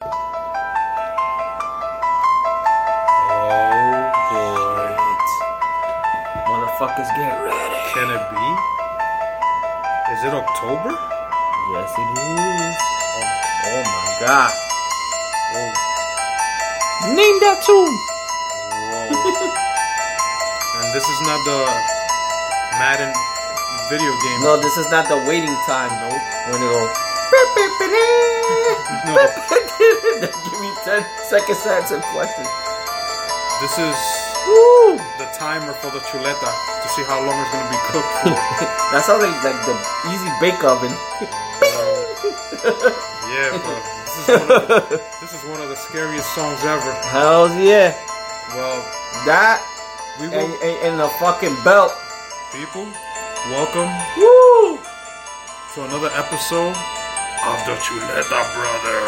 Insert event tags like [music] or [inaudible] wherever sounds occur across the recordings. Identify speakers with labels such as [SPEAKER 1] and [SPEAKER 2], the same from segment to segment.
[SPEAKER 1] Oh,
[SPEAKER 2] motherfuckers get ready.
[SPEAKER 1] Can it be? Is it October?
[SPEAKER 2] Yes, it is. Oh, oh my god.
[SPEAKER 1] Whoa.
[SPEAKER 2] Name that tune.
[SPEAKER 1] Whoa. and this is not the Madden video game.
[SPEAKER 2] No, this is not the waiting time
[SPEAKER 1] Nope.
[SPEAKER 2] when it goes. [laughs]
[SPEAKER 1] No.
[SPEAKER 2] Give me 10 seconds to answer questions.
[SPEAKER 1] This is
[SPEAKER 2] Woo!
[SPEAKER 1] the timer for the chuleta to see how long it's gonna be cooked for.
[SPEAKER 2] [laughs] [laughs] That sounds like, like the easy bake oven. [laughs]
[SPEAKER 1] yeah, bro. This is, one of the, this is one of the scariest songs ever.
[SPEAKER 2] Hells yeah.
[SPEAKER 1] Well,
[SPEAKER 2] That
[SPEAKER 1] we
[SPEAKER 2] and,
[SPEAKER 1] will
[SPEAKER 2] and, and a fucking belt.
[SPEAKER 1] people welcome
[SPEAKER 2] Woo!
[SPEAKER 1] to another episode of the Chuleta
[SPEAKER 2] [laughs]
[SPEAKER 1] Brothers.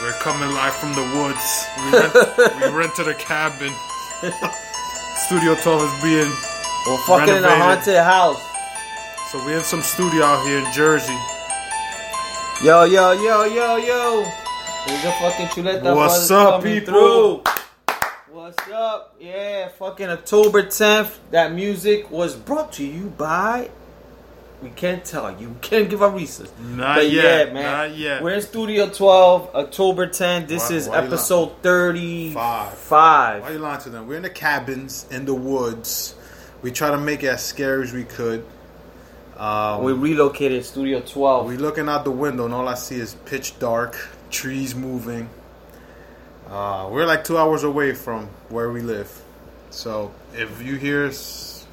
[SPEAKER 1] We're coming live from the woods. We, rent,
[SPEAKER 2] [laughs]
[SPEAKER 1] we rented a cabin. Studio 12 is being.
[SPEAKER 2] We're fucking in a
[SPEAKER 1] Renovated.
[SPEAKER 2] haunted house.
[SPEAKER 1] So we're in some studio out here in Jersey.
[SPEAKER 2] Yo, yo, yo, yo, yo. There's a fucking chuleta.
[SPEAKER 1] What's
[SPEAKER 2] brothers
[SPEAKER 1] up,
[SPEAKER 2] coming
[SPEAKER 1] people?
[SPEAKER 2] through. What's up? Yeah, fucking October 10th. That music was brought to you by. We can't tell you. We can't give our reasons.
[SPEAKER 1] Not
[SPEAKER 2] But
[SPEAKER 1] yet.
[SPEAKER 2] yeah, man.
[SPEAKER 1] Not yet.
[SPEAKER 2] We're in Studio 12, October 10th. This
[SPEAKER 1] Why-
[SPEAKER 2] is
[SPEAKER 1] why you
[SPEAKER 2] episode 35.
[SPEAKER 3] Five. Why you lying to them? We're in the cabins in the woods. We try to make it as scary as we could.
[SPEAKER 1] Uh,
[SPEAKER 3] Um,
[SPEAKER 2] We relocated Studio 12.
[SPEAKER 3] we looking out the window and all I see is pitch dark, trees moving. Uh, we're like two hours away from where we live, so if you hear, s-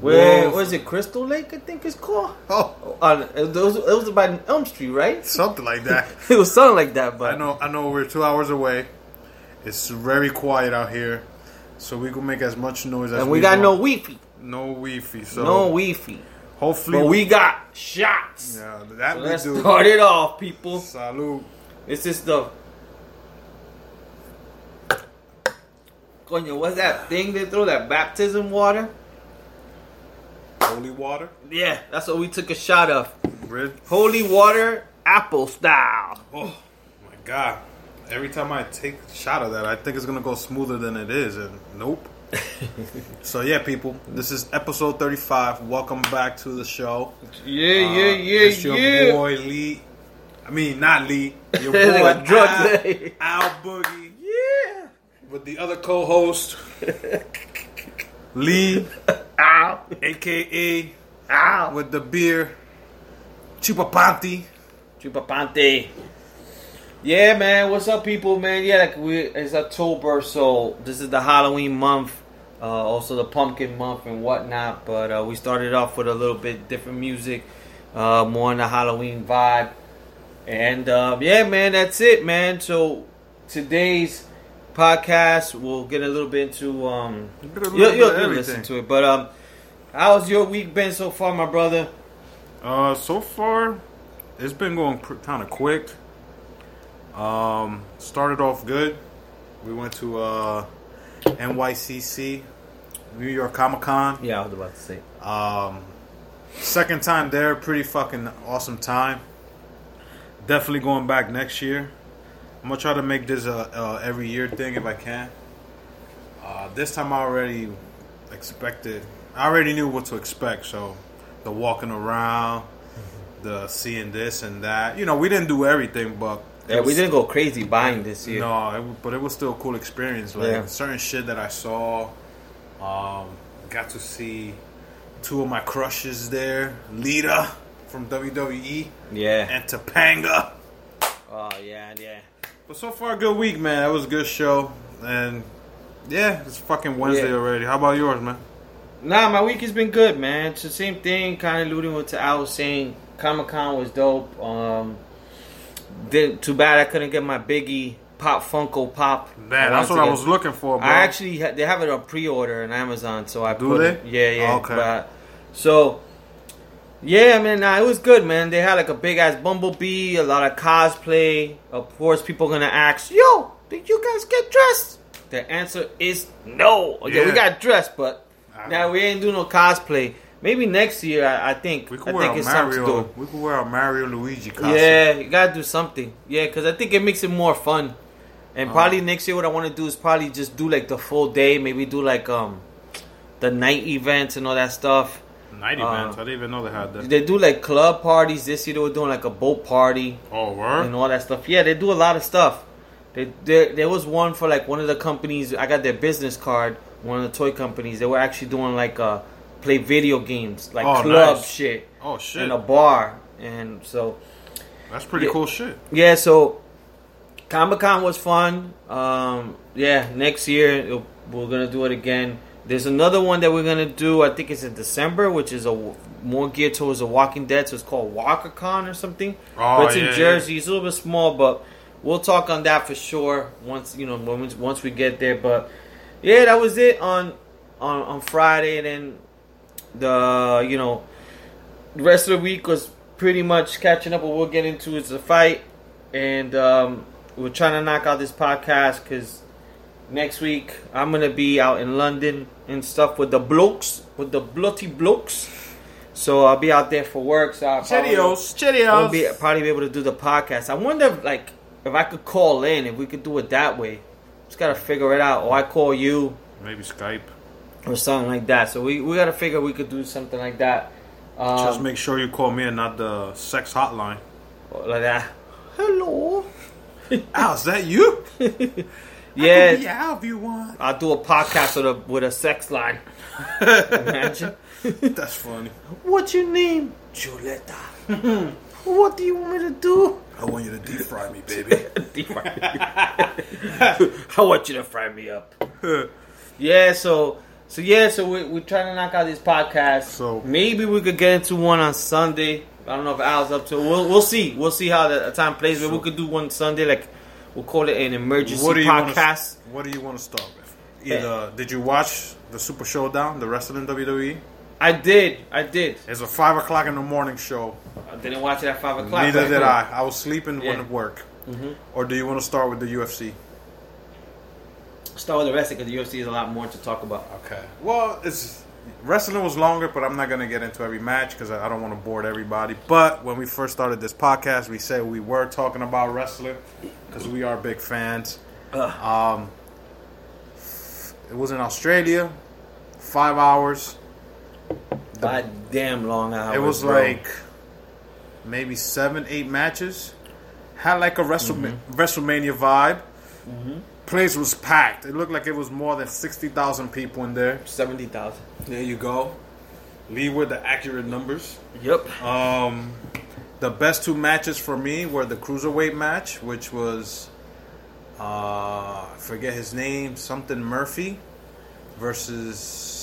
[SPEAKER 2] Where
[SPEAKER 3] wolf-
[SPEAKER 2] was it? Crystal Lake, I think it's called.
[SPEAKER 3] oh
[SPEAKER 2] On it was, it was by Elm Street, right? [laughs]
[SPEAKER 3] something like that,
[SPEAKER 2] It was something like that, but
[SPEAKER 3] I know I know we're two hours away. It's very quiet out here, so we can make as much noise as
[SPEAKER 2] and we got no
[SPEAKER 3] want.
[SPEAKER 2] weefy,
[SPEAKER 3] no weefy. So
[SPEAKER 2] no weefy,
[SPEAKER 3] hopefully
[SPEAKER 2] but we got shots.
[SPEAKER 3] yeah that
[SPEAKER 2] So
[SPEAKER 3] we
[SPEAKER 2] let's
[SPEAKER 3] do.
[SPEAKER 2] start it off, people.
[SPEAKER 3] Salute.
[SPEAKER 2] This is the. Coño, what's that thing they throw? That baptism water?
[SPEAKER 1] Holy water.
[SPEAKER 2] Yeah, that's what we took a shot of.
[SPEAKER 1] Red.
[SPEAKER 2] Holy water, apple style.
[SPEAKER 1] Oh my god.
[SPEAKER 3] Every time I take a shot of that, I think it's gonna go smoother than it is, and
[SPEAKER 2] [laughs]
[SPEAKER 3] nope. so yeah, people, this is episode thirty-five. Welcome back to the show.
[SPEAKER 2] Yeah, yeah,
[SPEAKER 3] Uh,
[SPEAKER 2] yeah,
[SPEAKER 3] it's your
[SPEAKER 2] yeah.
[SPEAKER 3] boy Lee. I mean, not Lee. Your
[SPEAKER 2] [laughs]
[SPEAKER 3] boy
[SPEAKER 2] They got drugs.
[SPEAKER 3] Al, Al Boogie
[SPEAKER 2] yeah.
[SPEAKER 3] with the other
[SPEAKER 2] [laughs]
[SPEAKER 3] co-host Lee,
[SPEAKER 2] Ow.
[SPEAKER 3] aka
[SPEAKER 2] Ow.
[SPEAKER 3] with the beer, Chupapanti.
[SPEAKER 2] Chupapante. Yeah, man. What's up, people, man? Yeah, like we, it's October, so this is the Halloween month, uh, also the pumpkin month and whatnot. But uh, we started off with a little bit different music, uh, more in the Halloween vibe. And um, yeah, man, that's it, man. So today's podcast, we'll get a little bit into. Um,
[SPEAKER 3] Get a little
[SPEAKER 2] you'll
[SPEAKER 3] bit
[SPEAKER 2] you'll,
[SPEAKER 3] of
[SPEAKER 2] you'll
[SPEAKER 3] everything.
[SPEAKER 2] listen to it, but um, how's your week been so far, my brother?
[SPEAKER 3] Uh, so far, it's been going pr- kind of quick. Um, started off good. We went to uh, NYCC, New York Comic Con.
[SPEAKER 2] Yeah, I was about to say.
[SPEAKER 3] Um, second time there, pretty fucking awesome time. Definitely going back next year. I'm gonna try to make this a, a every year thing if I can. Uh, this time I already expected. I already knew what to expect. So the walking around,
[SPEAKER 2] Mm-hmm.
[SPEAKER 3] the seeing this and that. You know, we didn't do everything, but it
[SPEAKER 2] Yeah, we
[SPEAKER 3] was-
[SPEAKER 2] didn't go crazy buying this year.
[SPEAKER 3] no, it, w- but it was still a cool experience. Like
[SPEAKER 2] Yeah.
[SPEAKER 3] certain shit that I saw, um, got to see two of my crushes there, Lita from WWE
[SPEAKER 2] Yeah.
[SPEAKER 3] and Topanga.
[SPEAKER 2] Oh yeah, yeah.
[SPEAKER 3] But so far, good week, man. That was a good show, and yeah, it's fucking Wednesday
[SPEAKER 2] Yeah.
[SPEAKER 3] already. How about yours, man?
[SPEAKER 2] Nah, my week has been good, man. It's the same thing, kind of alluding what I was saying. Comic Con was dope. Um, did too bad I couldn't get my Biggie Pop Funko Pop.
[SPEAKER 3] Man, that's
[SPEAKER 2] wanted
[SPEAKER 3] what
[SPEAKER 2] to
[SPEAKER 3] I
[SPEAKER 2] get-
[SPEAKER 3] was looking for, bro.
[SPEAKER 2] I actually ha- they have it on pre-order on Amazon, so I
[SPEAKER 3] Do
[SPEAKER 2] put
[SPEAKER 3] they? Oh,
[SPEAKER 2] it- Yeah, yeah.
[SPEAKER 3] Okay.
[SPEAKER 2] But, so yeah, man, nah, it was good, man. They had like a big ass bumblebee, a lot of cosplay. Of course, people gonna ask, "Yo, did you guys get dressed?" The answer is no. Okay, we
[SPEAKER 3] Yeah. Ah.
[SPEAKER 2] got dressed, but
[SPEAKER 3] I-
[SPEAKER 2] now we ain't do no cosplay. Maybe next year, I, I think.
[SPEAKER 3] we
[SPEAKER 2] I
[SPEAKER 3] could wear
[SPEAKER 2] think
[SPEAKER 3] a
[SPEAKER 2] it's something to
[SPEAKER 3] Mario.
[SPEAKER 2] do.
[SPEAKER 3] We could wear a Mario Luigi costume.
[SPEAKER 2] Yeah, you gotta do something. Yeah, because I think it makes it more
[SPEAKER 3] Uh-huh.
[SPEAKER 2] fun. And probably next year, what I want to do is probably just do like the full day. Maybe do like um the night events and all that stuff.
[SPEAKER 3] Night
[SPEAKER 2] Uh,
[SPEAKER 3] events. I didn't even know they had that.
[SPEAKER 2] They do like club parties. This year they were doing like a boat party
[SPEAKER 3] Oh, word.
[SPEAKER 2] and all that stuff. Yeah, they do a lot of stuff. They, there, there was one for like one of the companies. I got their business card. One of the toy companies. They were actually doing like uh, play video games, like
[SPEAKER 3] Oh,
[SPEAKER 2] club
[SPEAKER 3] nice.
[SPEAKER 2] shit,
[SPEAKER 3] oh shit.
[SPEAKER 2] in a bar. And so
[SPEAKER 3] That's pretty
[SPEAKER 2] Yeah.
[SPEAKER 3] cool shit.
[SPEAKER 2] yeah, so Comic Con was fun. Um, yeah, next year it'll- we're gonna do it again. There's another one that we're gonna do. I think it's in December, which is a w- more geared towards The Walking Dead. So it's called Walker Con or something.
[SPEAKER 3] Oh,
[SPEAKER 2] but it's
[SPEAKER 3] yeah,
[SPEAKER 2] in
[SPEAKER 3] yeah.
[SPEAKER 2] Jersey. It's a little bit small, but we'll talk on that for sure once you know when we- once we get there. But yeah, that was it on on on Friday. And then the you know the rest of the week was pretty much catching up. What we'll get into is the fight, and um, we're trying to knock out this podcast because next week I'm gonna be out in London and stuff with the blokes, with the bloody blokes. So I'll be out there for work. So I'll probably,
[SPEAKER 3] Cheerios.
[SPEAKER 2] won't be probably be able to do the podcast. I wonder, if, like, if I could call in, if we could do it that way. Just gotta figure it out. Or I call you
[SPEAKER 3] Maybe Skype.
[SPEAKER 2] or something like that. So we, we gotta figure we could do something like that. Um,
[SPEAKER 3] Just make sure you call me and not the sex hotline.
[SPEAKER 2] like that. Hello.
[SPEAKER 3] [laughs] Al, is that you? [laughs]
[SPEAKER 2] Yeah,
[SPEAKER 3] Yeah, if you want.
[SPEAKER 2] I'll do a podcast with a with a sex line. Imagine.
[SPEAKER 3] [laughs] That's funny.
[SPEAKER 2] What's your name? Juletta. what do you want me to
[SPEAKER 3] [laughs]
[SPEAKER 2] do?
[SPEAKER 3] I want you to deep fry [laughs] me, baby.
[SPEAKER 2] I want you to fry me up. yeah, so so yeah, so we we're trying to knock out these podcasts.
[SPEAKER 3] So-
[SPEAKER 2] maybe we could get into one on Sunday. I don't know if Al's up to. it. We'll we'll see. We'll see how the time plays. But we could do one Sunday, like we'll call it an emergency
[SPEAKER 3] what do you want
[SPEAKER 2] podcast.
[SPEAKER 3] to? What do you want to start with? Either did you watch the Super Showdown, the wrestling WWE?
[SPEAKER 2] I did. I did.
[SPEAKER 3] E? It's a five o'clock in the morning show.
[SPEAKER 2] I didn't watch it at five o'clock.
[SPEAKER 3] Neither did I. I was sleeping when
[SPEAKER 2] Yeah.
[SPEAKER 3] at work. Or do you want to start with the UFC?
[SPEAKER 2] Start with the rest because the UFC is a lot more to talk about.
[SPEAKER 3] Okay. Well, it's wrestling was longer, but I'm not gonna get into every match because I, I don't want to board everybody. But when we first started this podcast, we said we were talking about wrestling because we are big fans. Um, it was in Australia, five hours.
[SPEAKER 2] God damn long hours.
[SPEAKER 3] It was
[SPEAKER 2] bro.
[SPEAKER 3] like maybe seven, eight matches. Had like a Wrestle- WrestleMania vibe. Place was packed. It looked like it was more than sixty thousand people in there.
[SPEAKER 2] seventy thousand.
[SPEAKER 3] There you go. Lee with the accurate numbers.
[SPEAKER 2] Yep.
[SPEAKER 3] Um, the best two matches for me were the cruiserweight match, which was uh, I forget his name, something Murphy versus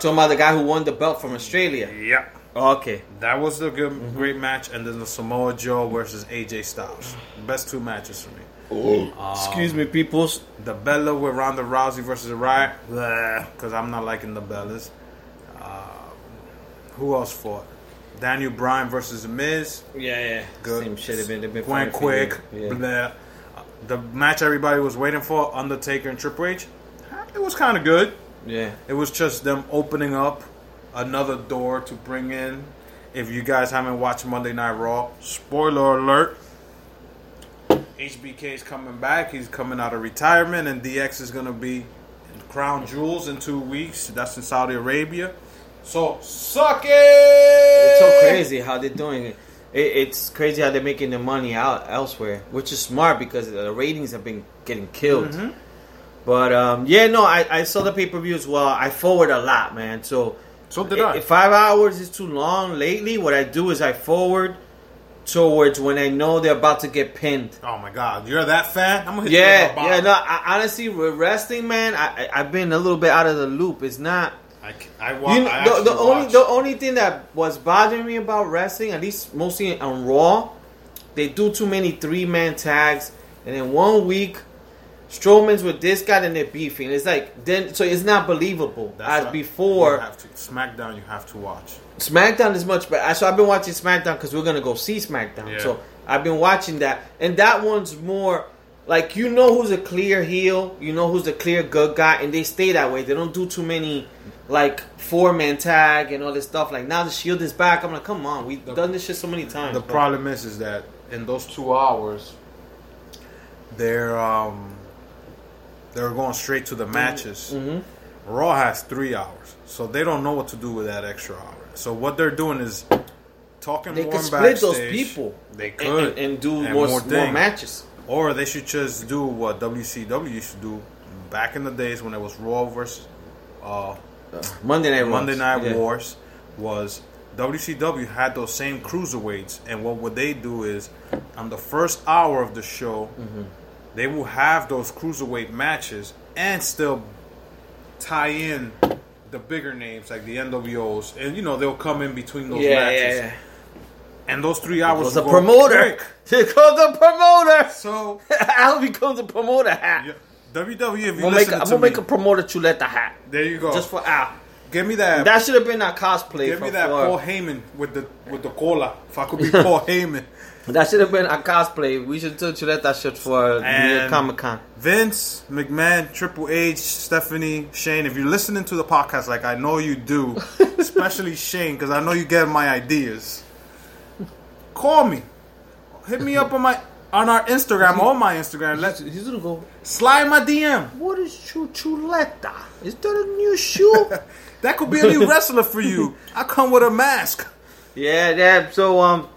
[SPEAKER 2] Talking about the guy who won the belt from Australia.
[SPEAKER 3] yeah.
[SPEAKER 2] okay.
[SPEAKER 3] That was the good, great match, and then the Samoa Joe versus AJ Styles. Best two matches for me.
[SPEAKER 2] Excuse me, peoples.
[SPEAKER 3] The Bella with Ronda Rousey versus Riot, because I'm not liking the Bellas. Uh, who else fought? Daniel Bryan versus The Miz.
[SPEAKER 2] Yeah, yeah.
[SPEAKER 3] Good.
[SPEAKER 2] Same shit. Have been, they've been
[SPEAKER 3] Went
[SPEAKER 2] fighting for
[SPEAKER 3] quick.
[SPEAKER 2] years. Yeah.
[SPEAKER 3] Blah. The match everybody was waiting for, Undertaker and Triple H. It was kind of good.
[SPEAKER 2] yeah.
[SPEAKER 3] It was just them opening up another door to bring in. If you guys haven't watched Monday Night Raw, spoiler alert. HBK is coming back. He's coming out of retirement, and DX is going to be in Crown Jewels in two weeks. That's in Saudi Arabia. So, suck it!
[SPEAKER 2] It's
[SPEAKER 3] Eh.
[SPEAKER 2] so crazy how they're doing it. it. It's crazy how they're making their money out elsewhere, which is smart because the ratings have been getting killed.
[SPEAKER 3] Mm-hmm.
[SPEAKER 2] But um, yeah, no, I, I saw the pay per view as well. I forward a lot, man. So
[SPEAKER 3] So did
[SPEAKER 2] i-
[SPEAKER 3] I.
[SPEAKER 2] if five hours is too long lately, what I do is I forward towards when I know they're about to get pinned.
[SPEAKER 3] Oh my God, you're that fan? I'm going to hit you
[SPEAKER 2] Yeah,
[SPEAKER 3] with a bottle.
[SPEAKER 2] yeah. No, I, honestly, with wrestling, man, I, I, I've been a little bit out of the loop. It's not.
[SPEAKER 3] I, c- I, wa-
[SPEAKER 2] You
[SPEAKER 3] I
[SPEAKER 2] know, the, the
[SPEAKER 3] actually
[SPEAKER 2] only
[SPEAKER 3] watched.
[SPEAKER 2] the only thing that was bothering me about wrestling, at least mostly on Raw, they do too many three man tags, and then one week, Strowman's with this guy and they're beefing. It's like then, so it's not believable
[SPEAKER 3] That's
[SPEAKER 2] as
[SPEAKER 3] what- you
[SPEAKER 2] before.
[SPEAKER 3] have to, SmackDown, you have to watch.
[SPEAKER 2] SmackDown is much better. So I've been watching SmackDown because we're gonna go see SmackDown.
[SPEAKER 3] Yeah.
[SPEAKER 2] So I've been watching that, and that one's more like you know who's a clear heel, you know who's the clear good guy, and they stay that way. They don't do too many like four man tag and all this stuff. Like now the Shield is back. I'm like, come on, we've done this shit so many times.
[SPEAKER 3] The
[SPEAKER 2] bro.
[SPEAKER 3] problem is, is that in those two hours,
[SPEAKER 2] Mm-hmm.
[SPEAKER 3] they're um, they're going straight to the matches. Raw has three hours, so they don't know what to do with that extra hour. So what they're doing is talking
[SPEAKER 2] They
[SPEAKER 3] more
[SPEAKER 2] could
[SPEAKER 3] backstage.
[SPEAKER 2] split those people.
[SPEAKER 3] They
[SPEAKER 2] and-
[SPEAKER 3] could
[SPEAKER 2] and, and do
[SPEAKER 3] and more
[SPEAKER 2] more more,
[SPEAKER 3] things.
[SPEAKER 2] matches.
[SPEAKER 3] Or they should just do what WCW used to do back in the days when it was Raw versus uh,
[SPEAKER 2] Monday night. Raw.
[SPEAKER 3] Monday Night
[SPEAKER 2] Yeah.
[SPEAKER 3] Wars was WCW had those same cruiserweights, and what would they do is on the first hour of the show,
[SPEAKER 2] Mm-hmm.
[SPEAKER 3] they will have those cruiserweight matches and still tie in the bigger names like the NWOs, and you know they'll come in between those
[SPEAKER 2] Yeah, yeah,
[SPEAKER 3] matches,
[SPEAKER 2] yeah.
[SPEAKER 3] and those three hours
[SPEAKER 2] Was a
[SPEAKER 3] will go
[SPEAKER 2] promoter. [laughs]
[SPEAKER 3] quick.
[SPEAKER 2] Here comes the promoter.
[SPEAKER 3] So
[SPEAKER 2] [laughs] I'll become the promoter hat.
[SPEAKER 3] yeah, WWE, if you
[SPEAKER 2] We'll make
[SPEAKER 3] listen
[SPEAKER 2] a,
[SPEAKER 3] to
[SPEAKER 2] we'll
[SPEAKER 3] me,
[SPEAKER 2] make a promoter chuleta hat
[SPEAKER 3] there you go.
[SPEAKER 2] just for Al.
[SPEAKER 3] give me that.
[SPEAKER 2] That should have been our cosplay.
[SPEAKER 3] Give me
[SPEAKER 2] from
[SPEAKER 3] that
[SPEAKER 2] Florida.
[SPEAKER 3] Paul Heyman with the with the cola. If I could be
[SPEAKER 2] [laughs]
[SPEAKER 3] Paul Heyman,
[SPEAKER 2] That should have been a cosplay. We should do Chuleta shit for uh, New York
[SPEAKER 3] And-
[SPEAKER 2] Comic Con.
[SPEAKER 3] Vince McMahon, Triple H, Stephanie, Shane. If you're listening to the podcast, like I know you
[SPEAKER 2] [laughs]
[SPEAKER 3] do, especially Shane, because I know you get my ideas. Call me, hit me up on my on our Instagram, on my Instagram. Let
[SPEAKER 2] He's gonna go.
[SPEAKER 3] slide my DM.
[SPEAKER 2] What is chu- Chuleta? Is that a new shoe? [laughs]
[SPEAKER 3] That could be a new wrestler for you. I come with a mask.
[SPEAKER 2] yeah, yeah. So um,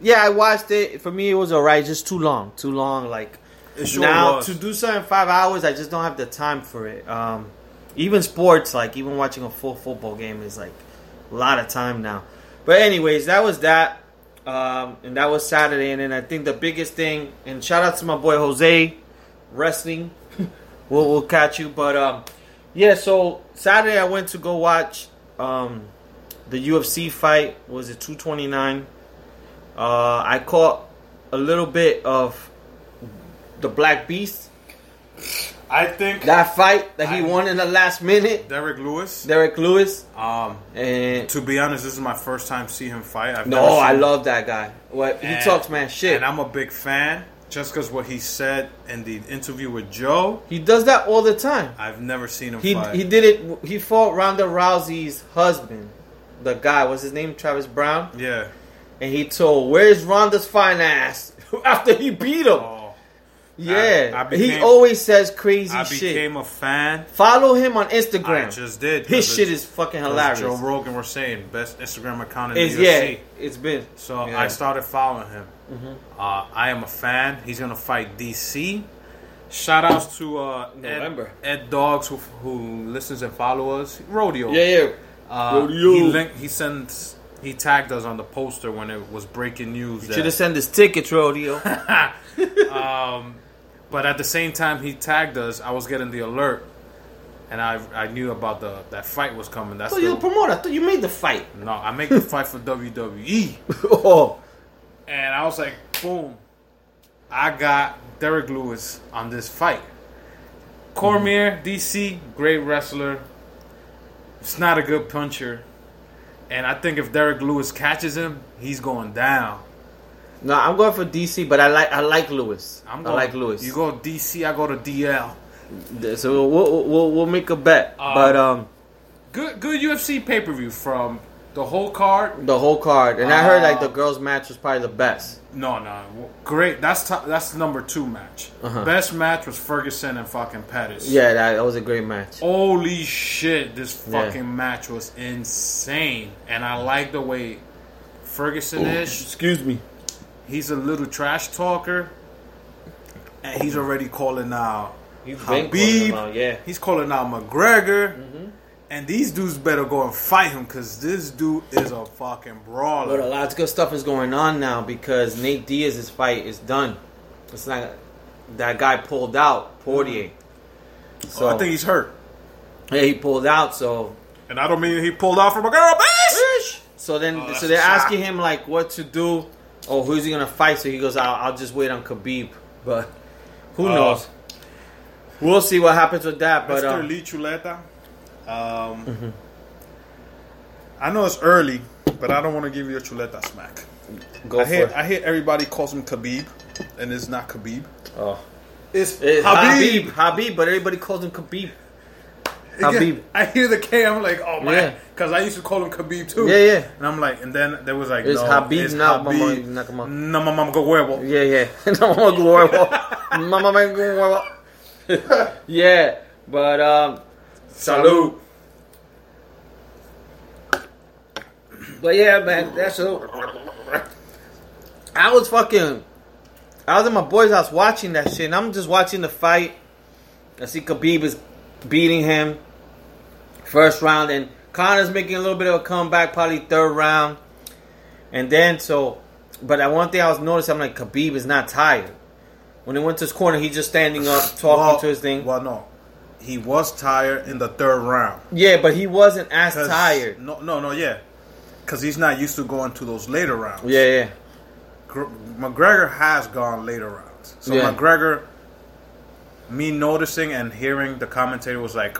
[SPEAKER 2] yeah, I watched it. For me, it was alright. Just too long. Too long. Like
[SPEAKER 3] It sure
[SPEAKER 2] now
[SPEAKER 3] was.
[SPEAKER 2] to do something in five hours, I just don't have the time for it. Um, even sports, like even watching a full football game, is like a lot of time now. But anyways, that was that, um, and that was Saturday. And then I think the biggest thing, and shout out to my boy Jose, wrestling. [laughs] we'll, we'll catch you. But um, yeah, so Saturday I went to go watch um, the UFC fight. Was it two twenty nine? Uh, I caught a little bit of the Black Beast.
[SPEAKER 3] I think
[SPEAKER 2] That fight that he
[SPEAKER 3] I-
[SPEAKER 2] won in the last minute,
[SPEAKER 3] Derek Lewis.
[SPEAKER 2] Derek Lewis,
[SPEAKER 3] Um,
[SPEAKER 2] and
[SPEAKER 3] to be honest, this is my first time seeing him fight. I've never
[SPEAKER 2] no, I
[SPEAKER 3] seen-
[SPEAKER 2] love that guy. What he
[SPEAKER 3] And-
[SPEAKER 2] talks, man, shit.
[SPEAKER 3] And I'm a big fan just because what he said in the interview with Joe.
[SPEAKER 2] He does that all the time.
[SPEAKER 3] I've never seen him
[SPEAKER 2] He
[SPEAKER 3] fight.
[SPEAKER 2] he did it. He fought Ronda Rousey's husband, the guy. What's his name? Travis Brown.
[SPEAKER 3] yeah.
[SPEAKER 2] And he told, "Where's Ronda's fine ass?" [laughs] After he beat him,
[SPEAKER 3] Oh,
[SPEAKER 2] yeah.
[SPEAKER 3] I became-
[SPEAKER 2] he always says crazy
[SPEAKER 3] I
[SPEAKER 2] shit.
[SPEAKER 3] became a fan.
[SPEAKER 2] Follow him on
[SPEAKER 3] I
[SPEAKER 2] Instagram.
[SPEAKER 3] just did. 'cause
[SPEAKER 2] His shit
[SPEAKER 3] it's-
[SPEAKER 2] is fucking
[SPEAKER 3] 'cause
[SPEAKER 2] hilarious.
[SPEAKER 3] Joe Rogan were saying best Instagram account in
[SPEAKER 2] It's,
[SPEAKER 3] the UFC.
[SPEAKER 2] yeah, it's been
[SPEAKER 3] So
[SPEAKER 2] yeah. Mm-hmm.
[SPEAKER 3] I started following him. Uh, I am a fan. He's gonna fight DC. Shout outs to uh, Ed,
[SPEAKER 2] November.
[SPEAKER 3] Ed Dogs who, who listens and follow us. Rodeo.
[SPEAKER 2] Yeah, yeah.
[SPEAKER 3] Uh,
[SPEAKER 2] Rodeo.
[SPEAKER 3] he linked, he sends he tagged us on the poster when it was breaking news.
[SPEAKER 2] Should
[SPEAKER 3] That,
[SPEAKER 2] have sent his
[SPEAKER 3] [laughs]
[SPEAKER 2] tickets, rodeo.
[SPEAKER 3] but at the same time he tagged us, I was getting the alert, and I I knew about the that fight was coming. That's
[SPEAKER 2] thought you were the
[SPEAKER 3] the,
[SPEAKER 2] promoter. I thought you made the fight.
[SPEAKER 3] [laughs] no, I make the fight for WWE,
[SPEAKER 2] oh,
[SPEAKER 3] and I was like, boom, I got Derek Lewis on this fight. Cormier, DC, great wrestler. It's not a good puncher. And I think if Derek Lewis catches him, he's going down.
[SPEAKER 2] no, I'm going for DC, but I like I like Lewis. i
[SPEAKER 3] I'm going,
[SPEAKER 2] like Lewis.
[SPEAKER 3] You go DC, I go to DL.
[SPEAKER 2] so we'll, we'll we'll make a bet.
[SPEAKER 3] Uh,
[SPEAKER 2] but um,
[SPEAKER 3] Good, good UFC pay per view from the whole card.
[SPEAKER 2] the whole card, and I heard like
[SPEAKER 3] uh,
[SPEAKER 2] the girls' match was probably the best.
[SPEAKER 3] No, no, great. That's top, that's number two match. Best match was Ferguson and fucking Pettis.
[SPEAKER 2] Uh-huh. Yeah, that, that was a great match.
[SPEAKER 3] Oh, Holy shit! This
[SPEAKER 2] Yeah.
[SPEAKER 3] fucking match was insane, and I like the way Ferguson is.
[SPEAKER 2] Excuse me.
[SPEAKER 3] He's a little trash talker, and he's already calling out
[SPEAKER 2] He's been
[SPEAKER 3] Habib.
[SPEAKER 2] calling him out, yeah. Mm-hmm.
[SPEAKER 3] He's calling out McGregor. And these dudes better go and fight him because this dude is a fucking
[SPEAKER 2] But a
[SPEAKER 3] brawler.
[SPEAKER 2] lot of good stuff is going on now because Nate Diaz's fight is done. It's not that guy pulled out Portier. So
[SPEAKER 3] So Mm-hmm. Oh, I think he's hurt.
[SPEAKER 2] yeah, he pulled out. So
[SPEAKER 3] And I don't mean he pulled out from a girl, bitch!
[SPEAKER 2] So then,
[SPEAKER 3] Oh, that's
[SPEAKER 2] so they're
[SPEAKER 3] a shock.
[SPEAKER 2] asking him like what to do, or who's he gonna fight? So he goes, "I'll, I'll just wait on Khabib." But who
[SPEAKER 3] Oh.
[SPEAKER 2] knows? We'll see what happens with that. But
[SPEAKER 3] Mr.
[SPEAKER 2] um,
[SPEAKER 3] Lee Chuleta. Um, I know it's early, but I don't want to give you a Chuleta smack.
[SPEAKER 2] go
[SPEAKER 3] I
[SPEAKER 2] for
[SPEAKER 3] hear,
[SPEAKER 2] it.
[SPEAKER 3] I hear everybody calls him Khabib, and it's not Khabib.
[SPEAKER 2] Oh.
[SPEAKER 3] It's,
[SPEAKER 2] It's
[SPEAKER 3] Habib.
[SPEAKER 2] Habib. Habib, but everybody calls him Khabib.
[SPEAKER 3] Yeah,
[SPEAKER 2] Habib.
[SPEAKER 3] I hear the K. I'm like, oh
[SPEAKER 2] Yeah.
[SPEAKER 3] man, because I used to call him Khabib too.
[SPEAKER 2] Yeah, yeah.
[SPEAKER 3] And I'm like, and then there was like,
[SPEAKER 2] It's
[SPEAKER 3] no,
[SPEAKER 2] Habib
[SPEAKER 3] it's
[SPEAKER 2] now,
[SPEAKER 3] Habib.
[SPEAKER 2] mama,
[SPEAKER 3] No,
[SPEAKER 2] nakama.
[SPEAKER 3] my mama go huevo.
[SPEAKER 2] Yeah, yeah. [laughs] no, Mama [laughs] Gloria. Mama Gloria. yeah, but um, Salute. But yeah, man, that's it. I was fucking. I was at my boy's house watching that shit, and I'm just watching the fight. I see Khabib is beating him first round, and Connor's making a little bit of a comeback, probably third round. And then so, but that one thing I was noticing, I'm like, Khabib is not tired. When he went to his corner, he's just standing up, talking
[SPEAKER 3] well,
[SPEAKER 2] to his thing.
[SPEAKER 3] Well, no, he was tired in the third round.
[SPEAKER 2] yeah, but he wasn't as
[SPEAKER 3] 'Cause-
[SPEAKER 2] tired.
[SPEAKER 3] No, no, no, yeah, because he's not used to going to those later rounds.
[SPEAKER 2] Yeah, yeah.
[SPEAKER 3] Gr- McGregor has gone later rounds. So
[SPEAKER 2] Yeah.
[SPEAKER 3] McGregor, me noticing and hearing the commentator was like,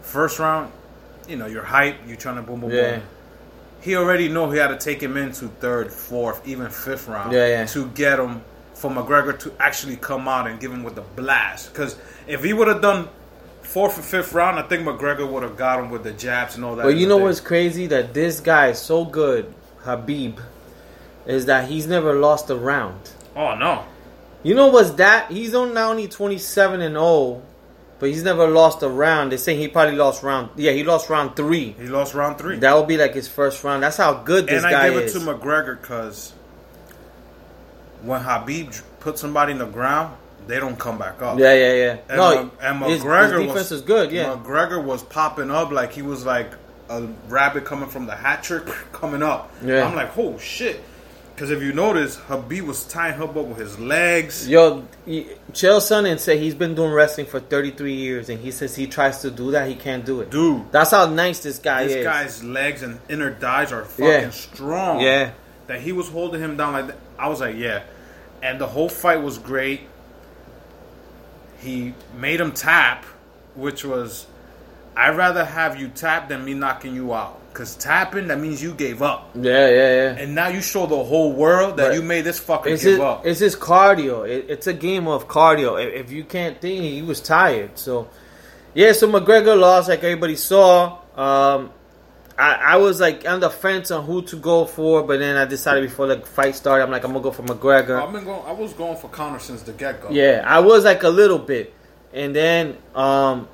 [SPEAKER 3] first round, you know, you're hype, you're trying to boom, boom,
[SPEAKER 2] Yeah.
[SPEAKER 3] boom. He already knew he had to take him into third, fourth, even fifth round
[SPEAKER 2] Yeah, yeah.
[SPEAKER 3] to get him for McGregor to actually come out and give him with the blast. Because if he would have done fourth or fifth round, I think McGregor would have got him with the jabs and all that.
[SPEAKER 2] But you
[SPEAKER 3] other
[SPEAKER 2] know
[SPEAKER 3] thing.
[SPEAKER 2] what's crazy? That this guy is so good, Habib, is that he's never lost a round.
[SPEAKER 1] Oh no.
[SPEAKER 2] You know what's that? He's on not only 27 and 0, but he's never lost a round. They say he probably lost round. Yeah, he lost round three.
[SPEAKER 3] He lost round three.
[SPEAKER 2] That would be like his first round. That's how good this
[SPEAKER 3] and I
[SPEAKER 2] guy
[SPEAKER 3] give it
[SPEAKER 2] is.
[SPEAKER 3] to McGregor because when Habib put somebody in the ground, they don't come back up.
[SPEAKER 2] yeah, yeah, yeah.
[SPEAKER 3] And,
[SPEAKER 2] no,
[SPEAKER 3] Ma- and
[SPEAKER 2] his, his
[SPEAKER 3] McGregor
[SPEAKER 2] defense
[SPEAKER 3] was,
[SPEAKER 2] is good. Yeah,
[SPEAKER 3] McGregor was popping up like he was like a rabbit coming from the hat trick [laughs] coming up.
[SPEAKER 2] Yeah.
[SPEAKER 3] I'm like, oh shit. Because if you notice, Habib was tying him up with his legs.
[SPEAKER 2] Yo, Chael Sonnen said he's been doing wrestling for 33 years, and he says he tries to do that, he can't do it.
[SPEAKER 3] Dude,
[SPEAKER 2] That's how nice this guy
[SPEAKER 3] this
[SPEAKER 2] is.
[SPEAKER 3] guy's legs and inner thighs are fucking
[SPEAKER 2] Yeah.
[SPEAKER 3] strong.
[SPEAKER 2] Yeah.
[SPEAKER 3] that he was holding him down like that. I was like, yeah. And the whole fight was great. He made him tap, which was, I'd rather have you tap than me knocking you out. Because tapping, that means you gave up.
[SPEAKER 2] yeah, yeah, yeah.
[SPEAKER 3] And now you show the whole world that
[SPEAKER 2] Right.
[SPEAKER 3] you made this fucker
[SPEAKER 2] It's
[SPEAKER 3] give
[SPEAKER 2] his,
[SPEAKER 3] up.
[SPEAKER 2] it's his cardio. It, it's a game of cardio. If, if you can't think, he was tired. So, yeah. So McGregor lost, like everybody saw. Um, I, I was like on the fence on who to go for, but then I decided before the fight started, I'm like, I'm gonna go for McGregor.
[SPEAKER 3] I've been going, I was going for Connor since the get go.
[SPEAKER 2] Yeah, I was like a little bit, and then um,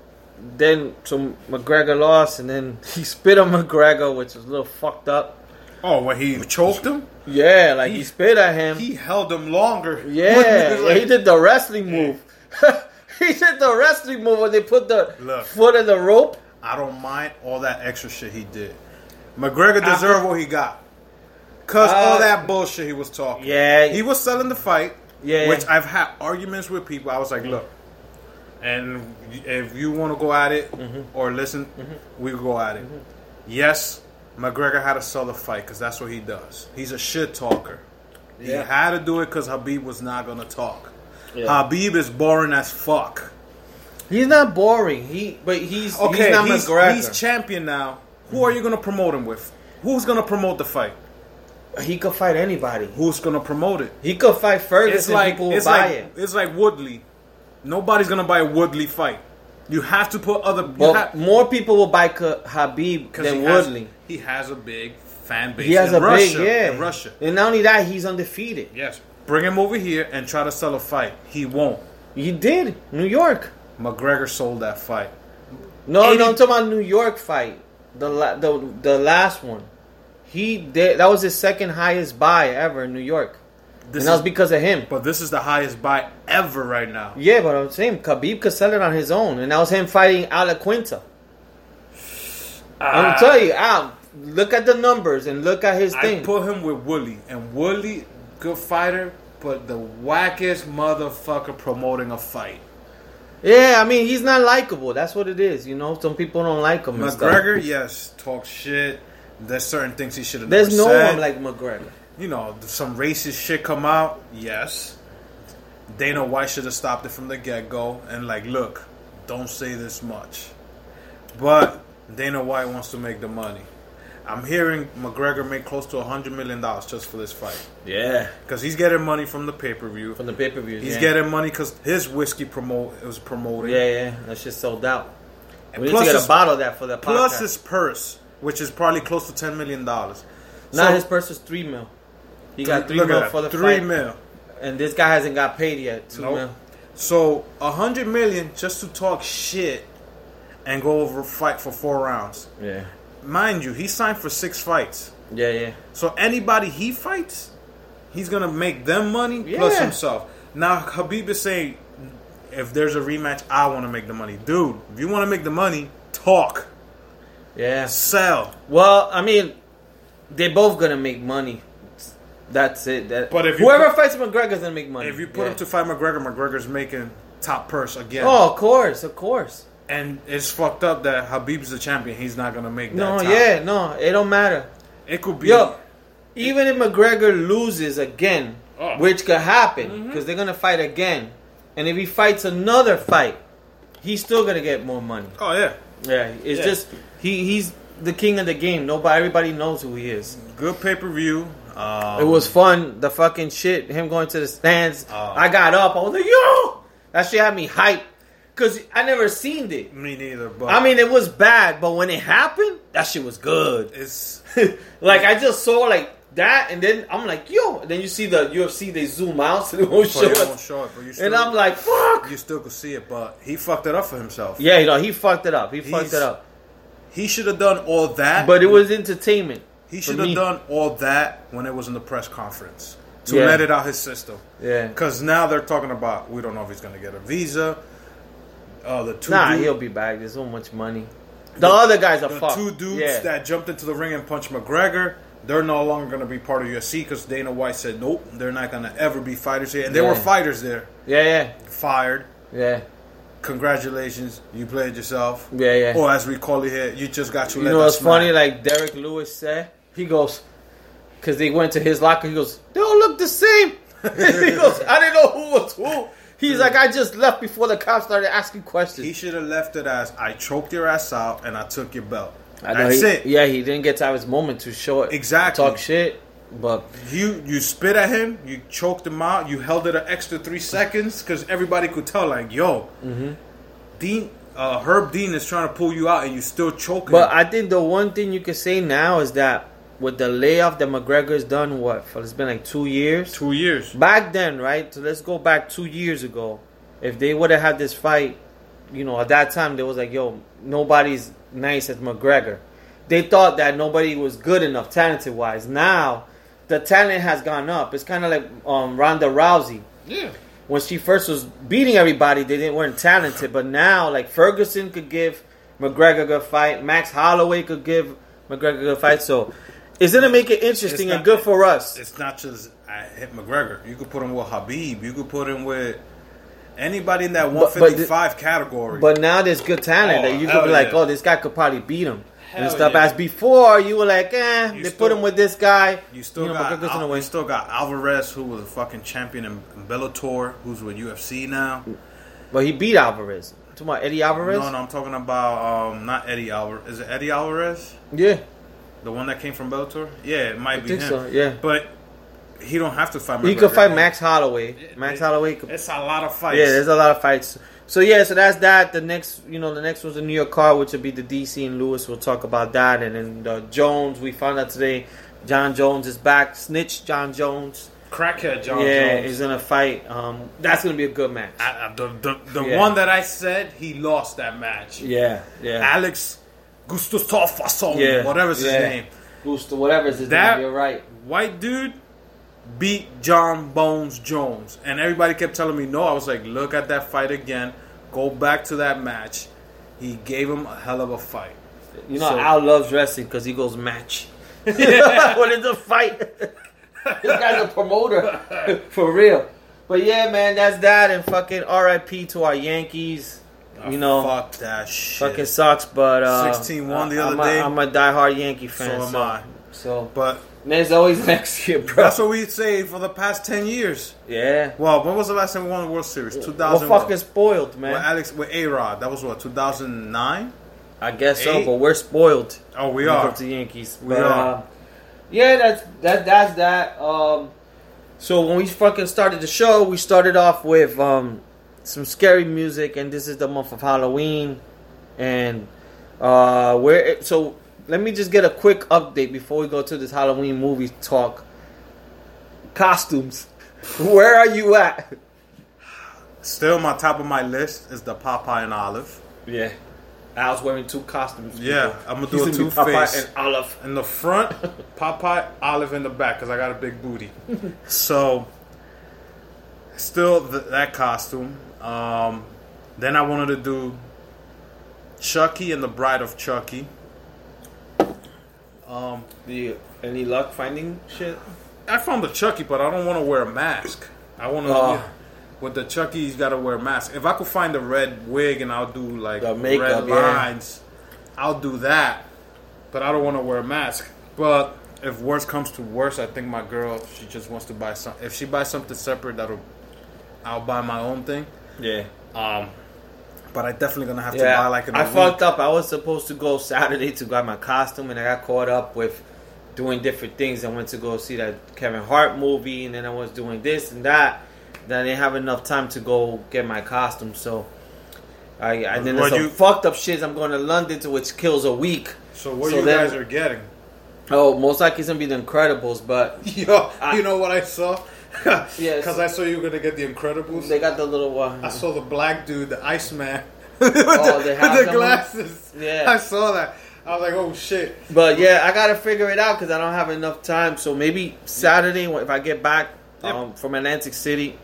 [SPEAKER 2] then so McGregor lost, and then [laughs] he spit on McGregor, which was a little fucked up.
[SPEAKER 3] Oh, when he choked him,
[SPEAKER 2] Yeah, like he,
[SPEAKER 3] He-
[SPEAKER 2] spit at him.
[SPEAKER 3] he held him longer. [laughs]
[SPEAKER 2] yeah,
[SPEAKER 3] Like,
[SPEAKER 2] he did the wrestling move. [laughs] he did the wrestling move when they put the
[SPEAKER 3] Look.
[SPEAKER 2] foot in the rope.
[SPEAKER 3] I don't mind all that extra shit he did. McGregor deserved what he got. Cause all
[SPEAKER 2] Uh,
[SPEAKER 3] that bullshit he was talking.
[SPEAKER 2] Yeah.
[SPEAKER 3] He was selling the fight.
[SPEAKER 2] Yeah.
[SPEAKER 3] Which I've had arguments with people. I was like, look, and if you want to go at it
[SPEAKER 2] Mm-hmm.
[SPEAKER 3] or listen, we go at it. Yes, McGregor had to sell the fight because that's what he does. He's a shit talker.
[SPEAKER 2] Yeah.
[SPEAKER 3] He had to do it because Habib was not gonna talk.
[SPEAKER 2] Yeah.
[SPEAKER 3] Habib is boring as fuck.
[SPEAKER 2] He's not boring. He but he's
[SPEAKER 3] Okay,
[SPEAKER 2] he's not
[SPEAKER 3] he's,
[SPEAKER 2] McGregor.
[SPEAKER 3] he's champion now. Who are you going to promote him with? Who's going to promote the fight?
[SPEAKER 2] he could fight anybody.
[SPEAKER 3] Who's going to promote it?
[SPEAKER 2] He could fight Ferguson.
[SPEAKER 3] It's like
[SPEAKER 2] people will
[SPEAKER 3] it's
[SPEAKER 2] buy
[SPEAKER 3] like
[SPEAKER 2] it.
[SPEAKER 3] it's like Woodley. Nobody's going to buy a Woodley fight. You have to put other. you
[SPEAKER 2] But
[SPEAKER 3] have-
[SPEAKER 2] more people will buy Ka- Habib
[SPEAKER 3] 'cause
[SPEAKER 2] than
[SPEAKER 3] he has-
[SPEAKER 2] Woodley.
[SPEAKER 3] He has a big fan base.
[SPEAKER 2] He has
[SPEAKER 3] in
[SPEAKER 2] a
[SPEAKER 3] Russia,
[SPEAKER 2] big yeah
[SPEAKER 3] in Russia.
[SPEAKER 2] and not only that, he's undefeated.
[SPEAKER 3] Yes, bring him over here and try to sell a fight. He won't.
[SPEAKER 2] He did New York.
[SPEAKER 3] McGregor sold that fight.
[SPEAKER 2] No,
[SPEAKER 3] Eighty-
[SPEAKER 2] no, I'm talking about New York fight. The la- the the last one. He did. That was his second highest buy ever in New York,
[SPEAKER 3] This
[SPEAKER 2] and that was
[SPEAKER 3] is-
[SPEAKER 2] because of him.
[SPEAKER 3] but this is the highest buy ever right now.
[SPEAKER 2] yeah, but I'm saying Khabib could sell it on his own, and that was him fighting Ala Quinta. I'm
[SPEAKER 1] Ah.
[SPEAKER 2] tell you, Al, look at the numbers and look at his
[SPEAKER 3] I
[SPEAKER 2] thing.
[SPEAKER 3] put him with Wooly, and Wooly, good fighter, but the wackest motherfucker promoting a fight.
[SPEAKER 2] yeah, I mean he's not likable. That's what it is. You know, some people don't like him. and stuff.
[SPEAKER 3] McGregor, yes, talks shit. There's certain things he should have.
[SPEAKER 2] There's no
[SPEAKER 3] never said.
[SPEAKER 2] one like McGregor.
[SPEAKER 3] you know some racist shit come out. Yes, Dana White should have stopped it from the get go and like, look, don't say this much. But Dana White wants to make the money. I'm hearing McGregor made close to hundred million dollars just for this fight
[SPEAKER 2] Yeah,
[SPEAKER 3] because he's getting money from the pay per view.
[SPEAKER 2] from the pay per view.
[SPEAKER 3] He's getting money because his whiskey promote it was promoting.
[SPEAKER 2] Yeah, yeah, that shit sold out. We
[SPEAKER 3] plus
[SPEAKER 2] need to get
[SPEAKER 3] his-
[SPEAKER 2] a bottle of that for the
[SPEAKER 3] Plus
[SPEAKER 2] podcast.
[SPEAKER 3] his purse, which is probably close to ten million dollars.
[SPEAKER 2] Nah, his purse was three mil. He got three
[SPEAKER 3] look at
[SPEAKER 2] mil
[SPEAKER 3] that,
[SPEAKER 2] for the
[SPEAKER 3] three
[SPEAKER 2] fight,
[SPEAKER 3] mil.
[SPEAKER 2] and this guy hasn't got paid yet. Two
[SPEAKER 3] Nope.
[SPEAKER 2] mil.
[SPEAKER 3] So a hundred million just to talk shit and go over fight for four rounds.
[SPEAKER 2] Yeah.
[SPEAKER 3] Mind you, he signed for six fights.
[SPEAKER 2] Yeah, yeah.
[SPEAKER 3] So anybody he fights, he's gonna make them money plus
[SPEAKER 2] Yeah.
[SPEAKER 3] himself. Now Habib is saying, if there's a rematch, I want to make the money, dude. If you want to make the money, talk,
[SPEAKER 2] Yeah.
[SPEAKER 3] sell.
[SPEAKER 2] Well, I mean, they're both gonna make money. That's it. That,
[SPEAKER 3] But if you
[SPEAKER 2] whoever
[SPEAKER 3] put-
[SPEAKER 2] fights McGregor's gonna make money.
[SPEAKER 3] If you put
[SPEAKER 2] Yeah.
[SPEAKER 3] him to fight McGregor, McGregor's making top purse again.
[SPEAKER 2] oh, of course, of course.
[SPEAKER 3] And it's fucked up that Habib's the champion. He's not gonna make that.
[SPEAKER 2] No,
[SPEAKER 3] top.
[SPEAKER 2] yeah, no, it don't matter.
[SPEAKER 3] It could be.
[SPEAKER 2] Yo, even if McGregor loses again,
[SPEAKER 1] Oh.
[SPEAKER 2] which could happen
[SPEAKER 3] Mm-hmm.
[SPEAKER 2] because they're gonna fight again, and if he fights another fight, he's still gonna get more money.
[SPEAKER 3] Oh yeah.
[SPEAKER 2] Yeah, it's
[SPEAKER 3] Yeah.
[SPEAKER 2] just he he's the king of the game. Nobody, everybody knows who he is.
[SPEAKER 3] Good pay per view. Um,
[SPEAKER 2] It was fun. The fucking shit. Him going to the stands.
[SPEAKER 3] Oh.
[SPEAKER 2] I got up. I was like, yo, that shit had me hyped because I never seen it.
[SPEAKER 3] me neither, but
[SPEAKER 2] I mean, it was bad, but when it happened, that shit was good. [laughs]
[SPEAKER 3] it's
[SPEAKER 2] like I just saw like that, and then I'm like, yo. And then you see the UFC, they zoom out so they won't show
[SPEAKER 3] But you won't
[SPEAKER 2] us.
[SPEAKER 3] show it, but you still,
[SPEAKER 2] [laughs] And I'm like, fuck.
[SPEAKER 3] you still could see it, but he fucked it up for himself.
[SPEAKER 2] Yeah, you know, he fucked it up. He fucked
[SPEAKER 3] He's-
[SPEAKER 2] it up.
[SPEAKER 3] He should have done all that,
[SPEAKER 2] But it was entertainment.
[SPEAKER 3] he
[SPEAKER 2] for
[SPEAKER 3] should have
[SPEAKER 2] me.
[SPEAKER 3] done all that when it was in the press conference to
[SPEAKER 2] Yeah.
[SPEAKER 3] let it out his system.
[SPEAKER 2] Yeah.
[SPEAKER 3] Because now they're talking about we don't know if he's gonna get a visa. Uh, the two
[SPEAKER 2] Nah,
[SPEAKER 3] dude-
[SPEAKER 2] he'll be back. There's so much money. The, other guys are
[SPEAKER 3] the
[SPEAKER 2] fucked.
[SPEAKER 3] two dudes
[SPEAKER 2] Yeah.
[SPEAKER 3] that jumped into the ring and punched McGregor, they're no longer going to be part of UFC because Dana White said, nope, they're not going to ever be fighters here. And they were
[SPEAKER 2] Yeah.
[SPEAKER 3] fighters there.
[SPEAKER 2] yeah,
[SPEAKER 3] Fired.
[SPEAKER 2] yeah, yeah.
[SPEAKER 3] Congratulations, you played yourself.
[SPEAKER 2] Yeah, yeah.
[SPEAKER 3] Or as we call it here, you just got to
[SPEAKER 2] You
[SPEAKER 3] let
[SPEAKER 2] know
[SPEAKER 3] that
[SPEAKER 2] what's
[SPEAKER 3] slide.
[SPEAKER 2] funny? Like Derek Lewis said, he goes, because they went to his locker, he goes, they all look the same. [laughs] he goes, I didn't know who was who. He's like, I just left before the cops started asking questions.
[SPEAKER 3] He should have left it as I choked your ass out and I took your belt.
[SPEAKER 2] I know
[SPEAKER 3] That's
[SPEAKER 2] he-
[SPEAKER 3] it.
[SPEAKER 2] Yeah, he didn't get to have his moment to show it.
[SPEAKER 3] Exactly.
[SPEAKER 2] Talk shit. But
[SPEAKER 3] You you spit at him, you choked him out, you held it an extra three seconds because everybody could tell, like, yo,
[SPEAKER 2] Mm-hmm.
[SPEAKER 3] Dean uh, Herb Dean is trying to pull you out and you still choking.
[SPEAKER 2] but
[SPEAKER 3] him.
[SPEAKER 2] I think the one thing you can say now is that with the layoff that McGregor's done, what, for it's been like two years?
[SPEAKER 3] two years.
[SPEAKER 2] back then, right? So let's go back two years ago. If they would have had this fight, you know, at that time they was like, yo, nobody's nice as McGregor. They thought that nobody was good enough, talented wise. Now the talent has gone up. It's kind of like um, Ronda Rousey.
[SPEAKER 1] Yeah.
[SPEAKER 2] When she first was beating everybody, they didn't weren't talented. But now, like Ferguson could give McGregor a good fight. Max Holloway could give McGregor a good fight. So it's gonna make it interesting
[SPEAKER 3] It's not-
[SPEAKER 2] and good for us.
[SPEAKER 3] It's not just I hit McGregor. You could put him with Habib. You could put him with anybody in that one
[SPEAKER 2] But- but
[SPEAKER 3] fifty five category.
[SPEAKER 2] But now there's good talent that you
[SPEAKER 3] hell
[SPEAKER 2] could be like,
[SPEAKER 3] yeah.
[SPEAKER 2] oh, this guy could probably beat him and
[SPEAKER 1] Hell
[SPEAKER 2] stuff.
[SPEAKER 1] yeah.
[SPEAKER 2] As before, you were like, eh,
[SPEAKER 3] You
[SPEAKER 2] they
[SPEAKER 3] still-
[SPEAKER 2] put him with this guy.
[SPEAKER 3] you still
[SPEAKER 2] know,
[SPEAKER 3] got
[SPEAKER 2] McGregor's gonna
[SPEAKER 3] Al- you
[SPEAKER 2] win.
[SPEAKER 3] still got Alvarez, who was a fucking champion in Bellator, who's with UFC now.
[SPEAKER 2] but he beat Alvarez. Talking about Eddie Alvarez.
[SPEAKER 3] No, no, I'm talking about um, not Eddie Alvarez. Is it Eddie Alvarez?
[SPEAKER 2] Yeah,
[SPEAKER 3] The one that came from Bellator? Yeah, it might be
[SPEAKER 2] think
[SPEAKER 3] him.
[SPEAKER 2] so, yeah.
[SPEAKER 3] but he don't have to fight.
[SPEAKER 2] he could fight Max Holloway. Max Holloway. Could,
[SPEAKER 3] It's a lot of fights.
[SPEAKER 2] yeah, there's a lot of fights. So yeah, so that's that. The next, you know, the next was the New York card, which would be the DC and Lewis. We'll talk about that, and then uh, Jones. We found out today, John Jones is back. Snitch John Jones.
[SPEAKER 1] Crackhead John
[SPEAKER 2] yeah,
[SPEAKER 1] Jones.
[SPEAKER 2] he's gonna fight. Um, that's gonna be a good match.
[SPEAKER 3] I- I- the the, the
[SPEAKER 2] Yeah.
[SPEAKER 3] one that I said he lost that match.
[SPEAKER 2] yeah, yeah.
[SPEAKER 3] Alex Gustafsson,
[SPEAKER 2] Yeah,
[SPEAKER 3] whatever's his
[SPEAKER 2] yeah.
[SPEAKER 3] name.
[SPEAKER 2] Gusto, whatever is his
[SPEAKER 3] That-
[SPEAKER 2] name. You're right.
[SPEAKER 3] White dude beat John Bones Jones, and everybody kept telling me no. I was like, look at that fight again. Go back to that match. He gave him a hell of a fight.
[SPEAKER 2] You know,
[SPEAKER 3] So-
[SPEAKER 2] Al loves wrestling because he
[SPEAKER 3] [laughs]
[SPEAKER 2] goes match. when it's a fight, this guy's a promoter [laughs] for real. But yeah, man, that's that. And fucking R.I.P. to our Yankees. You know,
[SPEAKER 3] Ah, fuck that shit.
[SPEAKER 2] fucking sucks. But uh,
[SPEAKER 3] 16-1 the
[SPEAKER 2] I-
[SPEAKER 3] other
[SPEAKER 2] I'm
[SPEAKER 3] day.
[SPEAKER 2] A, I'm a diehard Yankee fan.
[SPEAKER 3] so am I.
[SPEAKER 2] So
[SPEAKER 3] But
[SPEAKER 2] there's always [laughs] next year, bro.
[SPEAKER 3] that's what we say for the past ten years.
[SPEAKER 2] yeah.
[SPEAKER 3] Well, when was the last time we won the World Series? Two
[SPEAKER 2] We're
[SPEAKER 3] thousand.
[SPEAKER 2] fucking spoiled, man.
[SPEAKER 3] With Alex with A Rod. That was what two thousand nine.
[SPEAKER 2] I guess so,
[SPEAKER 3] Eight?
[SPEAKER 2] but we're spoiled.
[SPEAKER 3] Oh, we
[SPEAKER 2] Look
[SPEAKER 3] are.
[SPEAKER 2] up to Yankees.
[SPEAKER 3] We
[SPEAKER 2] But,
[SPEAKER 3] are.
[SPEAKER 2] uh, yeah, that's that. That's that. Um, so when we fucking started the show, we started off with um, some scary music, and this is the month of Halloween, and uh, where. So let me just get a quick update before we go to this Halloween movie talk. Costumes, [laughs] where are you at?
[SPEAKER 3] Still, my top of my list is the Popeye and Olive.
[SPEAKER 2] Yeah. Al's wearing two costumes.
[SPEAKER 3] Yeah,
[SPEAKER 2] people.
[SPEAKER 3] I'm gonna
[SPEAKER 2] He's
[SPEAKER 3] do a
[SPEAKER 2] be
[SPEAKER 3] two
[SPEAKER 2] Popeye
[SPEAKER 3] face
[SPEAKER 2] and Olive.
[SPEAKER 3] in the front, Popeye, Olive in the back because I got a big booty. so, still th- that costume. Um, then I wanted to do Chucky and the Bride of Chucky. Um,
[SPEAKER 2] Do you, any luck finding shit?
[SPEAKER 3] I found the Chucky, but I don't want to wear a mask. I want to.
[SPEAKER 2] Oh.
[SPEAKER 3] with the Chucky, he's got to wear a mask. If I could find a red wig and I'll do like
[SPEAKER 2] The makeup,
[SPEAKER 3] red
[SPEAKER 2] yeah.
[SPEAKER 3] lines, I'll do that. But I don't want to wear a mask. But if worse comes to worse, I think my girl she just wants to buy some. If she buys something separate, that'll I'll buy my own thing.
[SPEAKER 2] Yeah.
[SPEAKER 3] Um, but I definitely gonna have to
[SPEAKER 2] Yeah,
[SPEAKER 3] buy like an.
[SPEAKER 2] I fucked up. I was supposed to go Saturday to buy my costume, and I got caught up with doing different things. I went to go see that Kevin Hart movie, and then I was doing this and that. Then I didn't have enough time to go get my costume, so I, I then
[SPEAKER 3] Were
[SPEAKER 2] there's some
[SPEAKER 3] you-
[SPEAKER 2] fucked up shit. I'm going to London, to which kills a week.
[SPEAKER 3] So what
[SPEAKER 2] So
[SPEAKER 3] you
[SPEAKER 2] then-
[SPEAKER 3] guys are
[SPEAKER 2] [laughs]
[SPEAKER 3] getting? [laughs]
[SPEAKER 2] Oh, most likely it's gonna be the Incredibles, but
[SPEAKER 3] Yo,
[SPEAKER 2] I-
[SPEAKER 3] you know what I saw? [laughs] Because
[SPEAKER 2] Yes.
[SPEAKER 3] I saw you were gonna get the Incredibles.
[SPEAKER 2] they got the little uh, one.
[SPEAKER 3] I saw the black dude, the [laughs] Iceman,
[SPEAKER 2] Oh,
[SPEAKER 3] with
[SPEAKER 2] they
[SPEAKER 3] the,
[SPEAKER 2] have
[SPEAKER 3] with the
[SPEAKER 2] them?
[SPEAKER 3] glasses.
[SPEAKER 2] Yeah.
[SPEAKER 3] I saw that. I was like, oh shit.
[SPEAKER 2] But yeah, I gotta figure it out because I don't have enough time. So maybe Saturday, if I get back
[SPEAKER 3] Yep.
[SPEAKER 2] um, from Atlantic City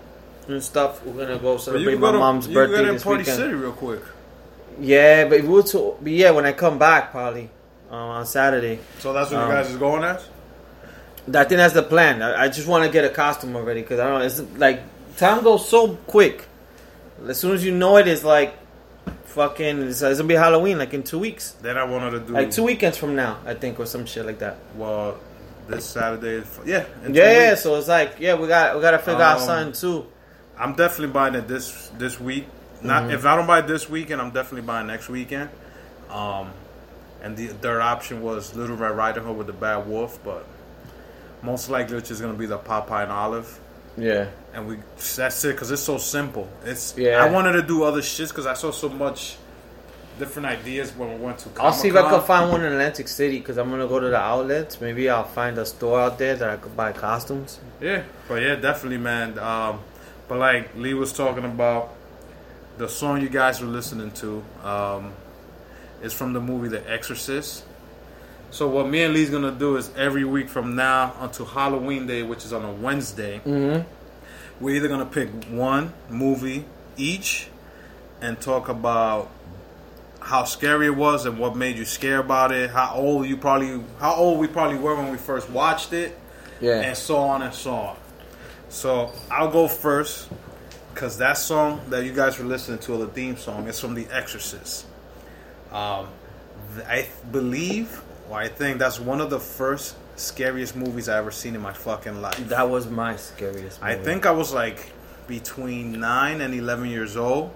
[SPEAKER 2] and stuff, we're gonna go
[SPEAKER 3] But
[SPEAKER 2] celebrate my mom's birthday this weekend.
[SPEAKER 3] real quick.
[SPEAKER 2] Yeah, but if we were to, but yeah, when I come back, probably um, on Saturday.
[SPEAKER 3] So that's what
[SPEAKER 2] Um,
[SPEAKER 3] you guys is going at.
[SPEAKER 2] I think that's the plan. I, I just want to get a costume already because I don't. It's like time goes so quick. As soon as you know it, it's like fucking. It's, it's gonna be Halloween, like in two weeks,
[SPEAKER 3] Then I wanted to do
[SPEAKER 2] like two weekends from now, I think, or some shit like that.
[SPEAKER 3] well this Saturday. f- Yeah, in two
[SPEAKER 2] Yeah, yeah,
[SPEAKER 3] weeks.
[SPEAKER 2] so it's like, yeah, we got we gotta figure out
[SPEAKER 3] Um,
[SPEAKER 2] something too.
[SPEAKER 3] I'm definitely buying it this this week. Not
[SPEAKER 2] Mm-hmm.
[SPEAKER 3] if I don't buy it this weekend, I'm definitely buying next weekend. Um, and the their option was Little Red Riding Hood with the Bad Wolf, but most likely it's just gonna be the Popeye and Olive.
[SPEAKER 2] Yeah,
[SPEAKER 3] and we that's it because it's so simple. It's
[SPEAKER 2] Yeah.
[SPEAKER 3] I wanted to do other shits because I saw so much different ideas when we went to. Comic
[SPEAKER 2] I'll see if I can find one in Atlantic City because I'm gonna go to the outlets. Maybe I'll find a store out there that I could buy costumes.
[SPEAKER 3] Yeah, but yeah, definitely, man. Um, but like Lee was talking about, the song you guys were listening to um, is from the movie The Exorcist. So what me and Lee's gonna do is every week from now until Halloween Day, which is on a Wednesday, we're either gonna pick one movie each and talk about how scary it was and what made you scared about it, how old you probably, how old we probably were when we first watched it,
[SPEAKER 2] Yeah.
[SPEAKER 3] and so on and so on. So I'll go first because that song that you guys were listening to, the theme song, is from The Exorcist. Um, th- I th- believe, or I think that's one of the first scariest movies I ever seen in my fucking life.
[SPEAKER 2] That was my scariest. Movie.
[SPEAKER 3] I think I was like between nine and eleven years old.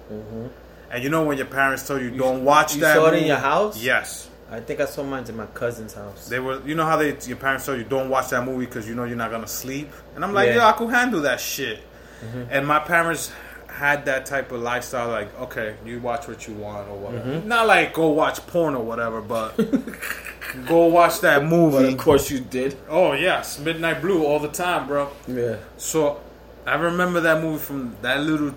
[SPEAKER 3] And you know when your parents tell you don't watch
[SPEAKER 2] Mm-hmm. you
[SPEAKER 3] that.
[SPEAKER 2] saw it in
[SPEAKER 3] movie?
[SPEAKER 2] your house?
[SPEAKER 3] Yes.
[SPEAKER 2] I think I saw mine in my cousin's house.
[SPEAKER 3] They were, you know how they your parents tell you don't watch that movie because you know you're not gonna sleep, and I'm like,
[SPEAKER 2] Yeah. Mm-hmm.
[SPEAKER 3] yo, I could handle that shit. And my parents had that type of lifestyle, like, okay, you watch what you want or whatever.
[SPEAKER 2] Mm-hmm.
[SPEAKER 3] Not like go watch porn or whatever,
[SPEAKER 2] [laughs]
[SPEAKER 3] but go watch that movie.
[SPEAKER 2] course you did.
[SPEAKER 3] Oh yes, Midnight Blue all the time, bro.
[SPEAKER 2] Yeah.
[SPEAKER 3] So I remember that movie from that little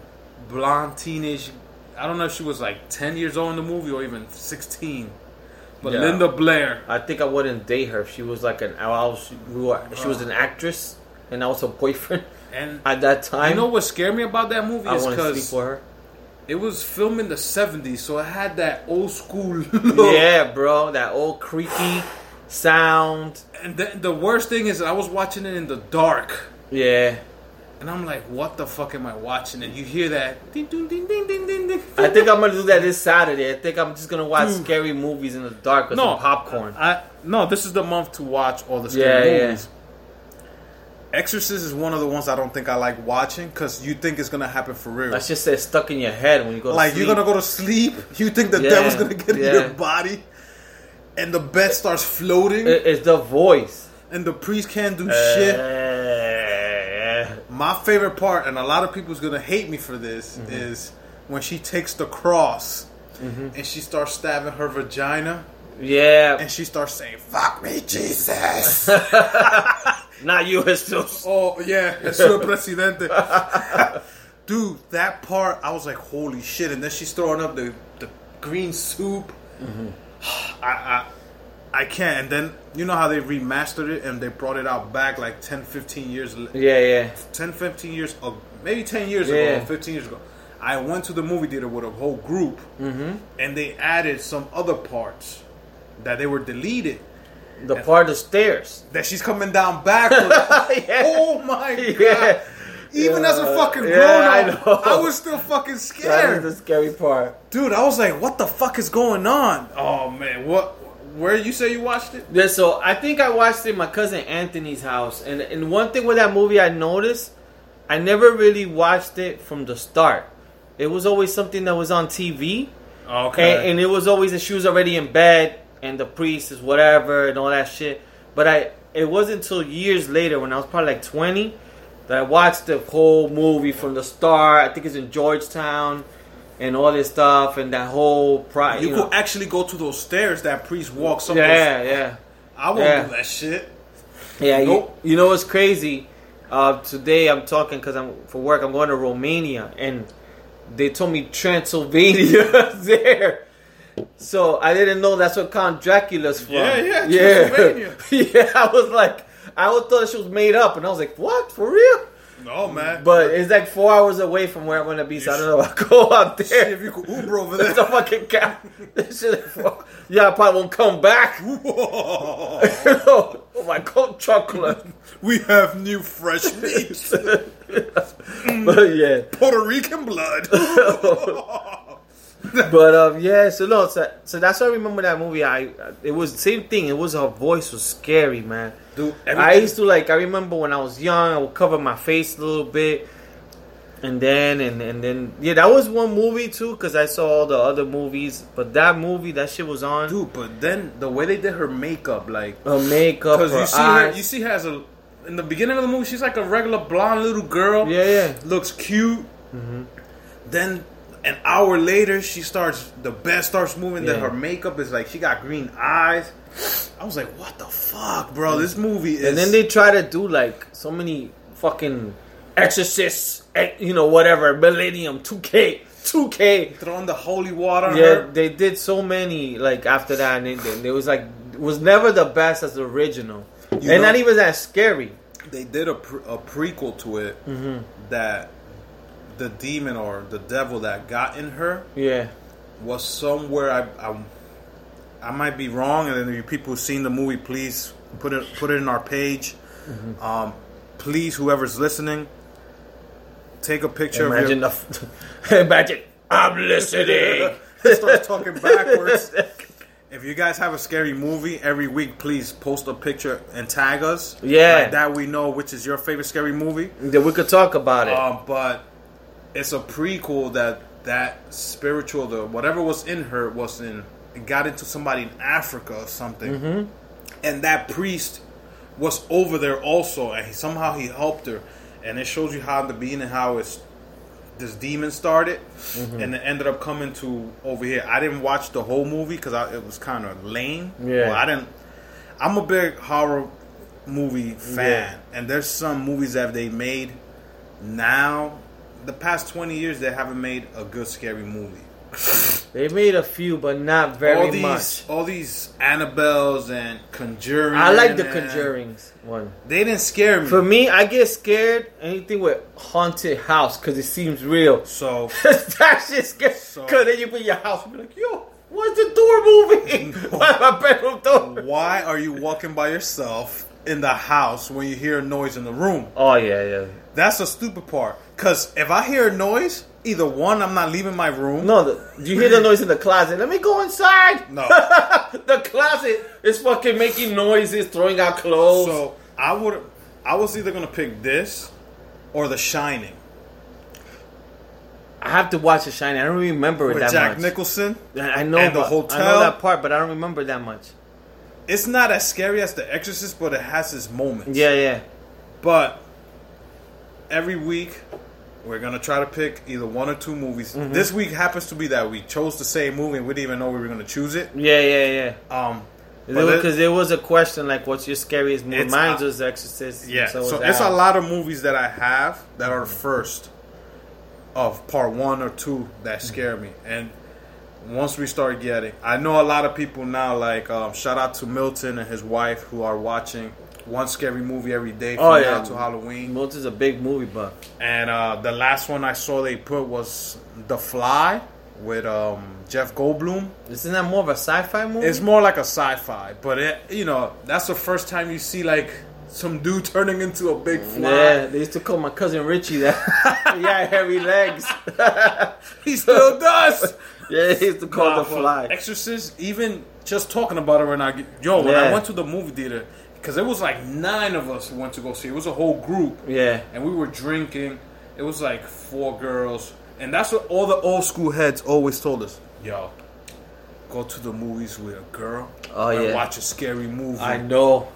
[SPEAKER 3] blonde teenage. I don't know if she was like ten years old in the movie or even sixteen, but
[SPEAKER 2] Yeah.
[SPEAKER 3] Linda Blair.
[SPEAKER 2] I think I wouldn't date her if she was like an. I was, we were, she was an actress, and I was her boyfriend [laughs]
[SPEAKER 3] And
[SPEAKER 2] at that time.
[SPEAKER 3] You know what scared me about that movie
[SPEAKER 2] I
[SPEAKER 3] is
[SPEAKER 2] want to sleep
[SPEAKER 3] because [laughs]
[SPEAKER 2] for her.
[SPEAKER 3] it was filmed in the '70s, so it had that old school [laughs] look.
[SPEAKER 2] Yeah, bro, that old creaky sound.
[SPEAKER 3] And the, the worst thing is, I was watching it in the dark,
[SPEAKER 2] Yeah.
[SPEAKER 3] and I'm like, "What the fuck am I watching?" And you hear that ding ding ding ding ding ding. ding.
[SPEAKER 2] I
[SPEAKER 3] [laughs]
[SPEAKER 2] think I'm gonna do that this Saturday. I think I'm just gonna watch
[SPEAKER 3] Hmm.
[SPEAKER 2] scary movies in the dark with some popcorn.
[SPEAKER 3] I no, this is the month to watch all the
[SPEAKER 2] Yeah,
[SPEAKER 3] scary
[SPEAKER 2] yeah.
[SPEAKER 3] movies. Exorcist is one of the ones I don't think I like watching because you think it's gonna happen for real.
[SPEAKER 2] That shit says stuck in your head when you go. To
[SPEAKER 3] Like
[SPEAKER 2] sleep.
[SPEAKER 3] you're gonna go to sleep, you think the
[SPEAKER 2] Yeah,
[SPEAKER 3] devil's gonna get
[SPEAKER 2] yeah.
[SPEAKER 3] in your body, and the bed starts floating,
[SPEAKER 2] It- it's the voice.
[SPEAKER 3] and the priest can't do
[SPEAKER 2] Uh,
[SPEAKER 3] shit.
[SPEAKER 2] Yeah.
[SPEAKER 3] My favorite part, and a lot of people's gonna hate me for this, is when she takes the cross and she starts stabbing her vagina,
[SPEAKER 2] Yeah.
[SPEAKER 3] and she starts saying "Fuck me, Jesus."
[SPEAKER 2] Not you, [laughs] Jesus.
[SPEAKER 3] Oh yeah, [laughs] Señor Presidente. Dude, that part I was like, holy shit! And then she's throwing up the the green soup. [sighs] I, I I can't. And then you know how they remastered it and they brought it out back like 10, 15 years, l-
[SPEAKER 2] Yeah, yeah.
[SPEAKER 3] 10, 15 years, ago, maybe ten years
[SPEAKER 2] Yeah.
[SPEAKER 3] ago, fifteen years ago. I went to the movie theater with a whole group,
[SPEAKER 2] Mm-hmm.
[SPEAKER 3] and they added some other parts that they were deleted.
[SPEAKER 2] The part of stairs. [laughs]
[SPEAKER 3] That she's coming down backwards.
[SPEAKER 2] Yeah.
[SPEAKER 3] Oh my god!
[SPEAKER 2] Yeah.
[SPEAKER 3] Even as a
[SPEAKER 2] Yeah.
[SPEAKER 3] fucking grown
[SPEAKER 2] Yeah,
[SPEAKER 3] up,
[SPEAKER 2] I
[SPEAKER 3] I,
[SPEAKER 2] know.
[SPEAKER 3] was still fucking
[SPEAKER 2] That is the
[SPEAKER 3] scared,
[SPEAKER 2] scary part.
[SPEAKER 3] dude. I was like, "What the fuck is going on?" Oh man, what? Where you say you watched it?
[SPEAKER 2] Yeah, so I think I watched it in my cousin Anthony's house, and and one thing with that movie I noticed, I never really watched it from the start. It was always something that was on TV,
[SPEAKER 3] Okay.
[SPEAKER 2] and, and it was always that she was already in bed, and the priest is whatever and all that shit. But I, it wasn't until years later when I was probably like twenty that I watched the whole movie from the start. I think it's in Georgetown, and all this stuff, and that whole pro.
[SPEAKER 3] you
[SPEAKER 2] you
[SPEAKER 3] could
[SPEAKER 2] know.
[SPEAKER 3] actually go to those stairs that priest walks up.
[SPEAKER 2] yeah, yeah.
[SPEAKER 3] those- I won't
[SPEAKER 2] yeah.
[SPEAKER 3] do that shit.
[SPEAKER 2] Yeah,
[SPEAKER 3] Nope.
[SPEAKER 2] you, you know what's crazy? Uh, today I'm talking because I'm for work. I'm going to Romania, and they told me Transylvania [laughs] is there. So I didn't know that's what Count Dracula's from.
[SPEAKER 3] Yeah, yeah,
[SPEAKER 2] yeah,
[SPEAKER 3] Transylvania.
[SPEAKER 2] [laughs] yeah. I was like, I would thought she was made up, and I was like, what for real?
[SPEAKER 3] No man.
[SPEAKER 2] But it's like four hours away from where I'm gonna be, so I don't know. if I go [laughs] out
[SPEAKER 3] See
[SPEAKER 2] there.
[SPEAKER 3] if you could Uber over
[SPEAKER 2] It's a
[SPEAKER 3] there. [laughs]
[SPEAKER 2] fucking cat. This shit- Yeah, I probably won't come back. [laughs]
[SPEAKER 3] Whoa.
[SPEAKER 2] oh my god, chocolate. [laughs]
[SPEAKER 3] we have new fresh meat.
[SPEAKER 2] but yeah.
[SPEAKER 3] Puerto Rican
[SPEAKER 2] [laughs]
[SPEAKER 3] blood.
[SPEAKER 2] But um, yeah, so no, so, so that's why I remember that movie. I it was the same thing. It was her voice was scary, man.
[SPEAKER 3] Dude,
[SPEAKER 2] I used to like. I remember when I was young, I would cover my face a little bit, and then and and then yeah, that was one movie too because I saw all the other movies, but that movie that shit was on.
[SPEAKER 3] Dude, but then the way they did her makeup, like,
[SPEAKER 2] Her makeup,
[SPEAKER 3] because
[SPEAKER 2] Uh, her
[SPEAKER 3] you see
[SPEAKER 2] eyes.
[SPEAKER 3] her, you see her as a in the beginning of the movie, she's like a regular blonde little girl.
[SPEAKER 2] Yeah, yeah. Mm-hmm.
[SPEAKER 3] looks cute. Then an hour later, she starts the bed starts moving. Then
[SPEAKER 2] Yeah.
[SPEAKER 3] her makeup is like she got green eyes. I was like, what the fuck, bro? This movie is.
[SPEAKER 2] Mm. and then they try to do like so many fucking exorcists, eh, you know, whatever, Millennium, two K, two K.
[SPEAKER 3] throwing the holy water. on
[SPEAKER 2] Yeah,
[SPEAKER 3] her.
[SPEAKER 2] they did so many like after that, and it, and it was like was never the best as the original,
[SPEAKER 3] You
[SPEAKER 2] and
[SPEAKER 3] know-
[SPEAKER 2] not even that scary.
[SPEAKER 3] they did a, pre- a prequel to it
[SPEAKER 2] Mm-hmm.
[SPEAKER 3] that the demon or the devil that got in her
[SPEAKER 2] Yeah,
[SPEAKER 3] was somewhere I, I I might be wrong and then if people who've seen the movie please put it put it in our page
[SPEAKER 2] Mm-hmm.
[SPEAKER 3] um, please whoever's listening take a picture [laughs]
[SPEAKER 2] imagine
[SPEAKER 3] of
[SPEAKER 2] the, [laughs] imagine I'm listening.
[SPEAKER 3] your start talking backwards if you guys have a scary movie every week please post a picture and tag us
[SPEAKER 2] Yeah.
[SPEAKER 3] like that we know which is your favorite scary movie
[SPEAKER 2] [laughs] Then we could talk about it.
[SPEAKER 3] Um, but it's a prequel that that spiritual, the whatever was in her was in got into somebody in Africa or something,
[SPEAKER 2] Mm-hmm.
[SPEAKER 3] and that priest was over there also, and he, somehow he helped her, and it shows you how in the beginning how it's this demon started,
[SPEAKER 2] Mm-hmm.
[SPEAKER 3] and it ended up coming to over here. I didn't watch the whole movie because it was kind of lame.
[SPEAKER 2] Yeah.
[SPEAKER 3] Well, I didn't. I'm a big horror movie fan, and there's some movies that they made now. The past 20 years, they haven't made a good scary movie.
[SPEAKER 2] they made a few, but not very
[SPEAKER 3] all these,
[SPEAKER 2] much.
[SPEAKER 3] all these Annabelles and Conjuring.
[SPEAKER 2] I like the
[SPEAKER 3] and-
[SPEAKER 2] Conjuring's one.
[SPEAKER 3] They didn't scare me.
[SPEAKER 2] For me, I get scared anything with haunted house because it seems real. [laughs]
[SPEAKER 3] so
[SPEAKER 2] that shit scares.
[SPEAKER 3] So-
[SPEAKER 2] Cause then you be in your house and be like, yo, why's the door [laughs] moving? Why is my bedroom door?
[SPEAKER 3] why are you walking by yourself in the house when you hear a noise in the room?
[SPEAKER 2] Oh yeah, yeah.
[SPEAKER 3] That's the stupid part. Cause if I hear a noise, either one, I'm not leaving my room.
[SPEAKER 2] No, the, you hear the noise in the closet. Let me go inside.
[SPEAKER 3] No.
[SPEAKER 2] [laughs] the closet is fucking making noises, throwing out clothes.
[SPEAKER 3] So I would, I was either gonna pick this or The Shining
[SPEAKER 2] I have to watch The Shining. I don't remember it
[SPEAKER 3] with
[SPEAKER 2] that
[SPEAKER 3] Jack
[SPEAKER 2] much.
[SPEAKER 3] Nicholson.
[SPEAKER 2] I I know
[SPEAKER 3] and The
[SPEAKER 2] but- I know
[SPEAKER 3] Hotel.
[SPEAKER 2] that part, but I don't remember that much.
[SPEAKER 3] It's not as scary as The Exorcist, but it has its moments.
[SPEAKER 2] Yeah, yeah.
[SPEAKER 3] But every week we're gonna try to pick either one or two movies.
[SPEAKER 2] Mm-hmm.
[SPEAKER 3] This week happens to be that we chose the same movie and we didn't even know we were gonna choose it.
[SPEAKER 2] Yeah, yeah, yeah.
[SPEAKER 3] Um, but it-
[SPEAKER 2] Because there was a question like, "What's your scariest movie?"
[SPEAKER 3] It's-
[SPEAKER 2] Mine was The Exorcist.
[SPEAKER 3] Yeah, so,
[SPEAKER 2] was
[SPEAKER 3] it's a
[SPEAKER 2] that.
[SPEAKER 3] lot of movies that I have
[SPEAKER 2] Mm-hmm.
[SPEAKER 3] that are the first of part one or two that scare me, and once we start getting. I know a lot of people now. Like um, shout out to Milton and his wife who are watching one scary movie every day from
[SPEAKER 2] Oh,
[SPEAKER 3] now
[SPEAKER 2] yeah.
[SPEAKER 3] to Halloween.
[SPEAKER 2] Milton's a big movie buff.
[SPEAKER 3] And uh, the last one I saw they put was The Fly with um, Jeff Goldblum.
[SPEAKER 2] Isn't that more of a sci-fi movie?
[SPEAKER 3] It's more like a sci-fi, but it you know that's the first time you see like some dude turning into a big fly.
[SPEAKER 2] yeah, they used to call my cousin Richie that. [laughs] he had hairy legs. [laughs]
[SPEAKER 3] He still does.
[SPEAKER 2] yeah, he used to [laughs] call
[SPEAKER 3] Nah,
[SPEAKER 2] the
[SPEAKER 3] but
[SPEAKER 2] fly.
[SPEAKER 3] Exorcist, even just talking about it right now. Yo, when I
[SPEAKER 2] Yeah.
[SPEAKER 3] went to the movie theater, because it was like nine of us who went to go see. It It was a whole group,
[SPEAKER 2] yeah,
[SPEAKER 3] and we were drinking. It was like four girls, and that's what all the old school heads always told us. Yo, go to the movies with a girl.
[SPEAKER 2] Oh,
[SPEAKER 3] and
[SPEAKER 2] yeah.
[SPEAKER 3] watch a scary movie.
[SPEAKER 2] I know.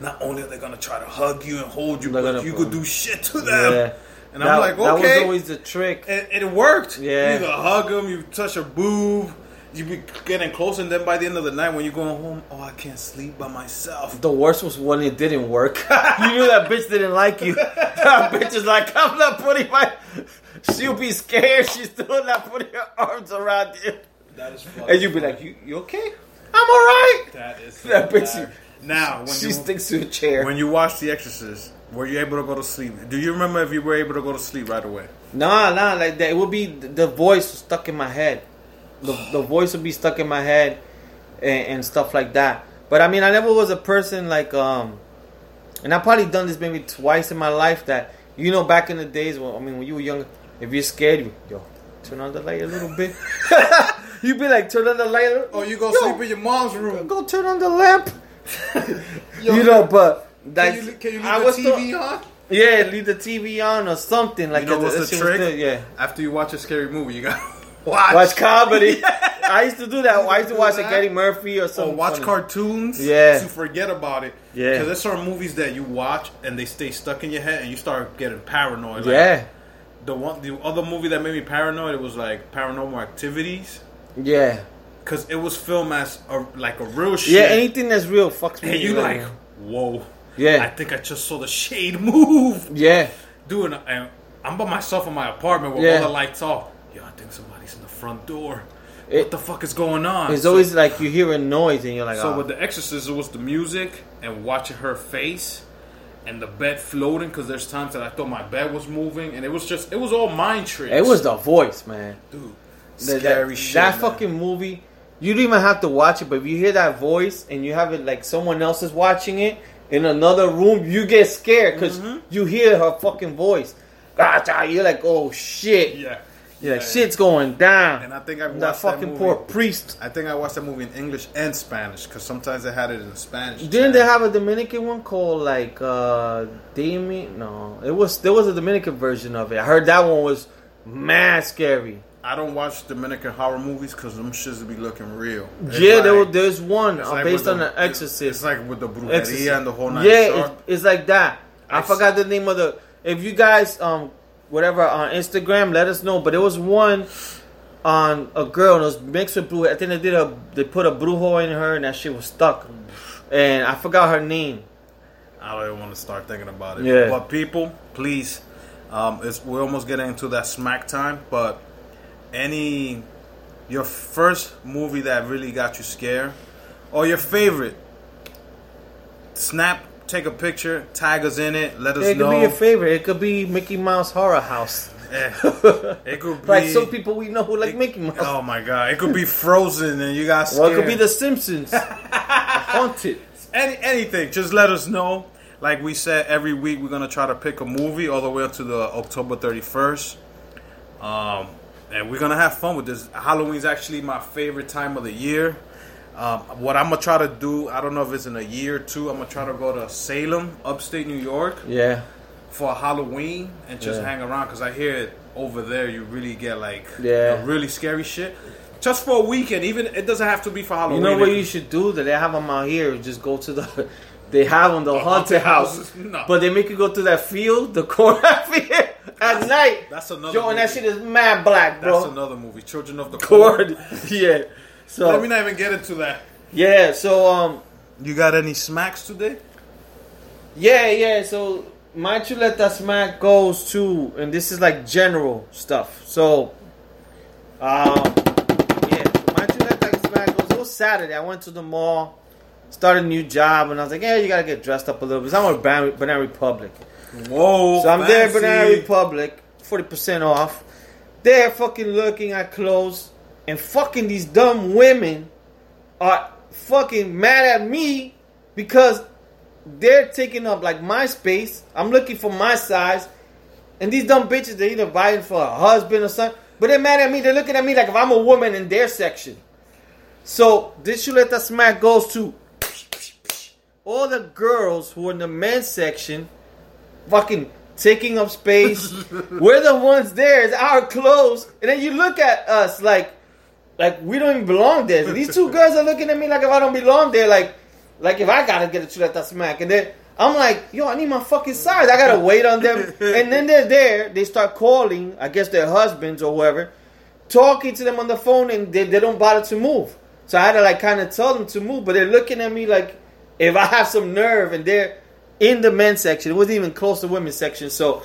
[SPEAKER 3] Not only are they gonna try to hug you and hold you,
[SPEAKER 2] They're
[SPEAKER 3] but
[SPEAKER 2] gonna-
[SPEAKER 3] you could do shit to them.
[SPEAKER 2] Yeah,
[SPEAKER 3] [laughs] And
[SPEAKER 2] That-
[SPEAKER 3] I'm like, okay,
[SPEAKER 2] that was always the trick.
[SPEAKER 3] and, and it worked.
[SPEAKER 2] Yeah.
[SPEAKER 3] You either hug them, you touch a boob, you be getting close, and then by the end of the night, when you're going home, oh, I can't sleep by myself.
[SPEAKER 2] The worst was when it didn't work. [laughs] you knew that bitch didn't like you. [laughs] That bitch is like, I'm not putting my. [laughs] She'll be scared. She's still not putting her arms around you.
[SPEAKER 3] That is fucking.
[SPEAKER 2] [laughs] And you'll be like, you, you okay? I'm alright.
[SPEAKER 3] that is
[SPEAKER 2] [laughs] That bitch-
[SPEAKER 3] hilarious. Now, when
[SPEAKER 2] She
[SPEAKER 3] you
[SPEAKER 2] sticks to a chair.
[SPEAKER 3] when you watch The Exorcist, were you able to go to sleep? Do you remember if you were able to go to sleep right away?
[SPEAKER 2] Nah, nah, like that. It would be the voice stuck in my head. The,
[SPEAKER 3] [sighs]
[SPEAKER 2] the voice would be stuck in my head, and, and stuff like that. But I mean, I never was a person like um, and I probably done this maybe twice in my life. That you know, back in the days, when I mean, when you were young, if you're scared, you, yo, turn on the light a little
[SPEAKER 3] [laughs]
[SPEAKER 2] bit. [laughs] You'd be like, turn on the light. a little-
[SPEAKER 3] Oh, you go
[SPEAKER 2] Yo,
[SPEAKER 3] sleep in your mom's room.
[SPEAKER 2] Go turn on the lamp. [laughs]
[SPEAKER 3] Yo,
[SPEAKER 2] you know, but
[SPEAKER 3] Can
[SPEAKER 2] that's
[SPEAKER 3] you, can you leave
[SPEAKER 2] I
[SPEAKER 3] the
[SPEAKER 2] was
[SPEAKER 3] TV
[SPEAKER 2] thought-
[SPEAKER 3] on?
[SPEAKER 2] Yeah, leave the TV on or something like
[SPEAKER 3] You know
[SPEAKER 2] that.
[SPEAKER 3] what's
[SPEAKER 2] That
[SPEAKER 3] the
[SPEAKER 2] shit was
[SPEAKER 3] trick?
[SPEAKER 2] good, yeah.
[SPEAKER 3] After you watch a scary movie, you [laughs] got
[SPEAKER 2] [laughs]
[SPEAKER 3] [laughs]
[SPEAKER 2] watch comedy. I used to do that. I used to
[SPEAKER 3] do
[SPEAKER 2] watch a
[SPEAKER 3] that.
[SPEAKER 2] Getty Murphy or
[SPEAKER 3] or
[SPEAKER 2] something.
[SPEAKER 3] watch
[SPEAKER 2] funny.
[SPEAKER 3] cartoons
[SPEAKER 2] Yeah.
[SPEAKER 3] to forget about it.
[SPEAKER 2] Yeah.
[SPEAKER 3] Because there's certain movies that you watch and they stay stuck in your head and you start getting paranoid. Like,
[SPEAKER 2] Yeah,
[SPEAKER 3] The one, the other movie that made me paranoid, it was like Paranormal Activities,
[SPEAKER 2] yeah,
[SPEAKER 3] because it was filmed as a, like a real shit.
[SPEAKER 2] yeah. Anything that's real fucks me.
[SPEAKER 3] and you like,
[SPEAKER 2] right now.
[SPEAKER 3] whoa.
[SPEAKER 2] Yeah.
[SPEAKER 3] I think I just saw the shade [laughs] move,
[SPEAKER 2] yeah,
[SPEAKER 3] dude. And I- I'm by myself in my apartment with
[SPEAKER 2] Yeah.
[SPEAKER 3] all the lights off. Yo, I think somebody's in the front door.
[SPEAKER 2] It-
[SPEAKER 3] what the fuck is going on?
[SPEAKER 2] it's
[SPEAKER 3] So-
[SPEAKER 2] always like you hear a noise and you're like,
[SPEAKER 3] So
[SPEAKER 2] oh.
[SPEAKER 3] with The Exorcist, it was the music and watching her face and the bed floating because there's times that I thought my bed was moving and it was just it was all mind tricks.
[SPEAKER 2] it was the voice, man.
[SPEAKER 3] dude,
[SPEAKER 2] That- that, That fucking movie. You don't even have to watch it, but if you hear that voice and you have it like someone else is watching it in another room, you get scared because
[SPEAKER 3] Mm-hmm.
[SPEAKER 2] you hear her fucking voice. Gotcha. You're like, oh shit.
[SPEAKER 3] yeah,
[SPEAKER 2] You're like,
[SPEAKER 3] Yeah.
[SPEAKER 2] shit's going down.
[SPEAKER 3] And I think I've
[SPEAKER 2] that
[SPEAKER 3] watched that
[SPEAKER 2] fucking
[SPEAKER 3] movie.
[SPEAKER 2] poor priest.
[SPEAKER 3] I think I watched that movie in English and Spanish because sometimes they had it in Spanish.
[SPEAKER 2] Didn't they have a Dominican one called like uh Damien? No, it was there was a Dominican version of it. I heard that one was mad scary.
[SPEAKER 3] I don't watch Dominican horror movies because them shits be looking real. It's
[SPEAKER 2] yeah, there
[SPEAKER 3] like-
[SPEAKER 2] was, there's one
[SPEAKER 3] it's
[SPEAKER 2] uh,
[SPEAKER 3] like
[SPEAKER 2] based
[SPEAKER 3] with
[SPEAKER 2] on the Exorcist.
[SPEAKER 3] It's like with the brujeria
[SPEAKER 2] Exorcist.
[SPEAKER 3] and the whole nine.
[SPEAKER 2] yeah,
[SPEAKER 3] shark.
[SPEAKER 2] it's, it's like that. I,
[SPEAKER 3] I s-
[SPEAKER 2] forgot the name of the. If you guys um whatever on Instagram, let us know. But there was one on a girl and it was mixed with blue. I think they did a they put a brujo in her and that shit was stuck. And I forgot her name.
[SPEAKER 3] I don't even want to start thinking about it.
[SPEAKER 2] Yeah.
[SPEAKER 3] But people, please, um, it's we're almost getting into that smack time. But any your first movie that really got you scared, or your favorite, snap, take a picture, tag us in it, let us
[SPEAKER 2] It could
[SPEAKER 3] know.
[SPEAKER 2] be your favorite. It could be Mickey Mouse Horror House.
[SPEAKER 3] Eh,
[SPEAKER 2] [laughs]
[SPEAKER 3] it could be
[SPEAKER 2] Like some people we know who like Mickey Mouse.
[SPEAKER 3] Oh my god! It could be Frozen, and you got
[SPEAKER 2] or
[SPEAKER 3] scared.
[SPEAKER 2] it could be The [laughs] Simpsons. Haunted.
[SPEAKER 3] Any, anything, just let us know. Like we said, every week we're gonna try to pick a movie all the way up to the October thirty first. Um, and we're gonna have fun with this. Halloween's actually my favorite time of the year. Um, what I'm gonna try to do, I don't know if it's in a year or two. I'm gonna try to go to Salem, upstate New York,
[SPEAKER 2] Yeah.
[SPEAKER 3] for Halloween and just
[SPEAKER 2] Yeah.
[SPEAKER 3] hang around because I hear over there you really get like
[SPEAKER 2] Yeah.
[SPEAKER 3] the really scary shit. Just for a weekend, even it doesn't have to be for
[SPEAKER 2] You
[SPEAKER 3] Halloween.
[SPEAKER 2] know what
[SPEAKER 3] It
[SPEAKER 2] you should do? That they have them out here. Just go to the. [laughs] They have them the haunted house,
[SPEAKER 3] houses? No.
[SPEAKER 2] but they make you go to that field, the corner [laughs] field, at night.
[SPEAKER 3] that's another
[SPEAKER 2] Yo, and that
[SPEAKER 3] movie.
[SPEAKER 2] shit is mad black, bro.
[SPEAKER 3] That's another movie, Children of the Corn.
[SPEAKER 2] Cord. [laughs] yeah.
[SPEAKER 3] Let me
[SPEAKER 2] So
[SPEAKER 3] not even get into that.
[SPEAKER 2] yeah. So um.
[SPEAKER 3] You got any smacks today?
[SPEAKER 2] Yeah, yeah. So my chuleta smack goes to, and this is like general stuff. So, um, yeah. was Saturday. I went to the mall, started a new job, and I was like, "Yeah, you gotta get dressed up a little bit." So I'm at Ban- Banana Republic,
[SPEAKER 4] Whoa.
[SPEAKER 2] so I'm there at
[SPEAKER 4] fancy.
[SPEAKER 2] Banana Republic, forty percent off. They're fucking looking at clothes, and fucking these dumb women are fucking mad at me because they're taking up like my space. I'm looking for my size, and these dumb bitches they're either buying for a husband or something, but they're mad at me. They're looking at me like if I'm a woman in their section. So this you let that smack goes to all the girls who are in the men's section, fucking taking up space. We're the ones there. It's our clothes, and then you look at us like, like we don't even belong there. These two girls are looking at me like if I don't belong there, like, like if I gotta get a chuleta smack, and then. I'm like, yo, I need my fucking size. I gotta wait on them, and then they're there. They start calling, I guess their husbands or whoever, talking to them on the phone and they, they don't bother to move. So I had to like kind of tell them to move, but they're looking at me like if I have some nerve and they're in the men's section. It wasn't even close to women's section. So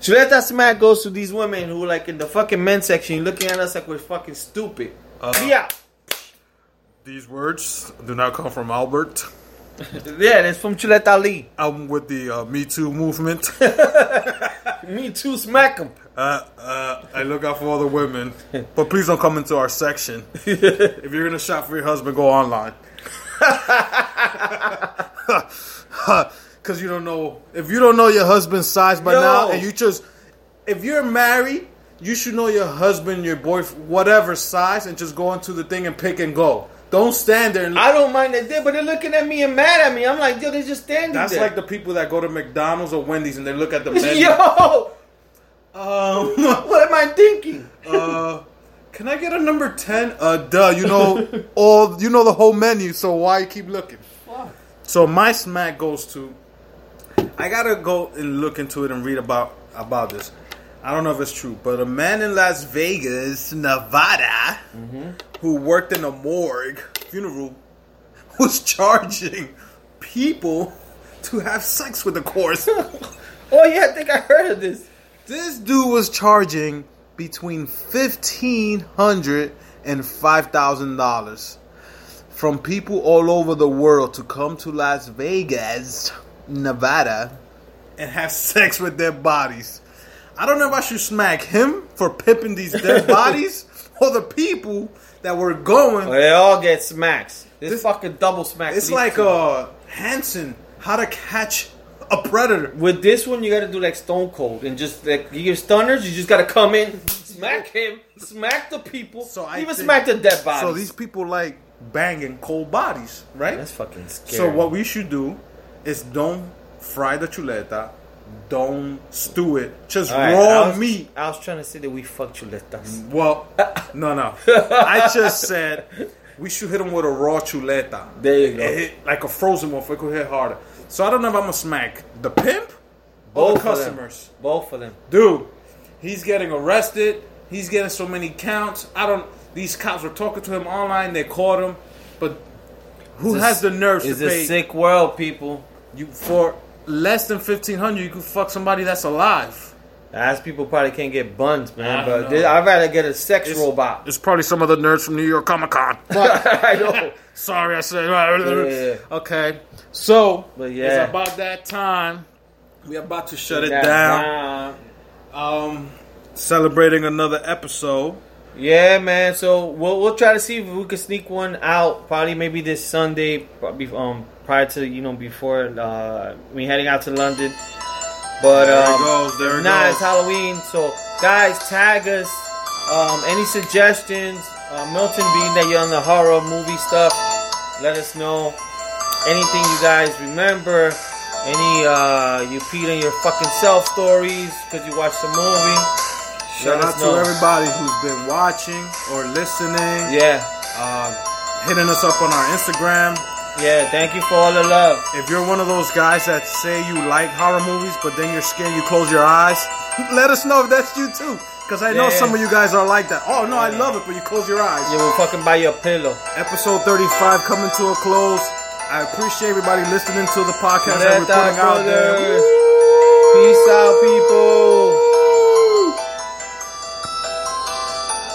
[SPEAKER 2] Chuleta Smack goes to these women who like in the fucking men's section looking at us like we're fucking stupid. yeah.
[SPEAKER 3] These words do not come from Albert.
[SPEAKER 2] Yeah, that's from Chuleta Lee.
[SPEAKER 3] I'm with the uh, Me Too movement.
[SPEAKER 2] Me too, smack him.
[SPEAKER 3] Uh, uh, I look out for all the women, but please don't come into our
[SPEAKER 2] [laughs]
[SPEAKER 3] section. if you're gonna shop for your husband, go online. [laughs] Cause you don't know if you don't know your husband's size by
[SPEAKER 2] No.
[SPEAKER 3] now, and you just if you're married, you should know your husband, your boyfriend, whatever size, and just go into the thing and pick and go. Don't stand there. And
[SPEAKER 2] I don't mind that they, but they're looking at me and mad at me. I'm like, yo, they're just standing
[SPEAKER 3] that's
[SPEAKER 2] there.
[SPEAKER 3] like the people that go to McDonald's or Wendy's and they look
[SPEAKER 2] [laughs]
[SPEAKER 3] at the menu.
[SPEAKER 2] yo,
[SPEAKER 3] Um,
[SPEAKER 2] what am I thinking?
[SPEAKER 3] Uh, can I get a number ten? Uh, duh. You know all. You know the whole menu. So why you keep looking? So my smack goes to. I gotta go and look into it and read about about this. I don't know if it's true, but a man in Las Vegas, Nevada, who worked in a morgue funeral, was [laughs] charging people to have sex with the corpse.
[SPEAKER 2] Oh yeah, I think I heard of this.
[SPEAKER 3] This dude was charging between fifteen hundred and five thousand dollars from people all over the world to come to Las Vegas, Nevada, and have [laughs] sex with their bodies. I don't know if I should smack him for pimping these dead bodies or the people that were going.
[SPEAKER 2] They all get smacks. This,
[SPEAKER 3] This-
[SPEAKER 2] fucking double smack.
[SPEAKER 3] It's
[SPEAKER 2] leads
[SPEAKER 3] like
[SPEAKER 2] to-
[SPEAKER 3] uh Hanson, how to catch a predator.
[SPEAKER 2] with this one, you got to do like Stone Cold and just like you give stunners. You just got to come in, smack him, smack the people,
[SPEAKER 3] So I
[SPEAKER 2] even
[SPEAKER 3] think-
[SPEAKER 2] smack the dead body.
[SPEAKER 3] So these people like banging cold bodies, right?
[SPEAKER 2] that's fucking scary.
[SPEAKER 3] So what we should do is don't fry the chuleta, don't stew it, just
[SPEAKER 2] All right,
[SPEAKER 3] raw
[SPEAKER 2] I was-
[SPEAKER 3] meat.
[SPEAKER 2] I was trying to say that we fucked you let us. [laughs]
[SPEAKER 3] Well, no, no. I just said we should hit them with a raw chuleta.
[SPEAKER 2] There you go.
[SPEAKER 3] It hit, like a frozen one, if it could hit harder. So I don't know if I'm gonna smack the pimp or the
[SPEAKER 2] Both
[SPEAKER 3] customers.
[SPEAKER 2] Of them. Both of them.
[SPEAKER 3] Dude, he's getting arrested. He's getting so many counts. I don't. These cops were talking to him online. They caught him, but who
[SPEAKER 2] It's a-
[SPEAKER 3] has the nerves to
[SPEAKER 2] It's
[SPEAKER 3] pay?
[SPEAKER 2] a sick world, people.
[SPEAKER 3] You for less than fifteen hundred, you could fuck somebody that's alive.
[SPEAKER 2] Ass people probably can't get buns, man.
[SPEAKER 3] I don't
[SPEAKER 2] But
[SPEAKER 3] know.
[SPEAKER 2] this, I'd rather get a sex robot. [laughs]
[SPEAKER 3] It's probably some of the nerds from New York Comic Con.
[SPEAKER 2] I know.
[SPEAKER 3] Sorry, I said. [laughs]
[SPEAKER 2] yeah.
[SPEAKER 3] Okay, so
[SPEAKER 2] But yeah.
[SPEAKER 3] it's about that time. We about to shut it
[SPEAKER 2] That-
[SPEAKER 3] down.
[SPEAKER 2] nah.
[SPEAKER 3] Um, celebrating another episode.
[SPEAKER 2] Yeah, man. So we'll we'll try to see if we can sneak one out. Probably maybe this Sunday, probably, um, prior to you know before uh, we heading out to London. But
[SPEAKER 3] There it
[SPEAKER 2] um,
[SPEAKER 3] goes. There it
[SPEAKER 2] nah,
[SPEAKER 3] goes.
[SPEAKER 2] it's Halloween. So guys, tag us. Um, any suggestions? Uh, Milton, being that you're on the horror movie stuff, let us know. Anything you guys remember? Any uh, you peed on your fucking self stories because you watched the movie?
[SPEAKER 3] Shout
[SPEAKER 2] let
[SPEAKER 3] out
[SPEAKER 2] us
[SPEAKER 3] to
[SPEAKER 2] know.
[SPEAKER 3] everybody who's been watching or listening.
[SPEAKER 2] Yeah.
[SPEAKER 3] Uh, hitting us up on our Instagram.
[SPEAKER 2] Yeah, thank you for all the love.
[SPEAKER 3] If you're one of those guys that say you like horror movies, but then you're scared, you close your eyes, [laughs] let us know if that's you too. Because I know
[SPEAKER 2] Yeah.
[SPEAKER 3] some of you guys are like that. Oh, no, I love it, but you close your eyes.
[SPEAKER 2] You will fucking buy your pillow.
[SPEAKER 3] Episode 35 coming to a close. I appreciate everybody listening to the podcast that we're
[SPEAKER 2] Let us
[SPEAKER 3] putting out there.
[SPEAKER 2] brothers. Peace out, people.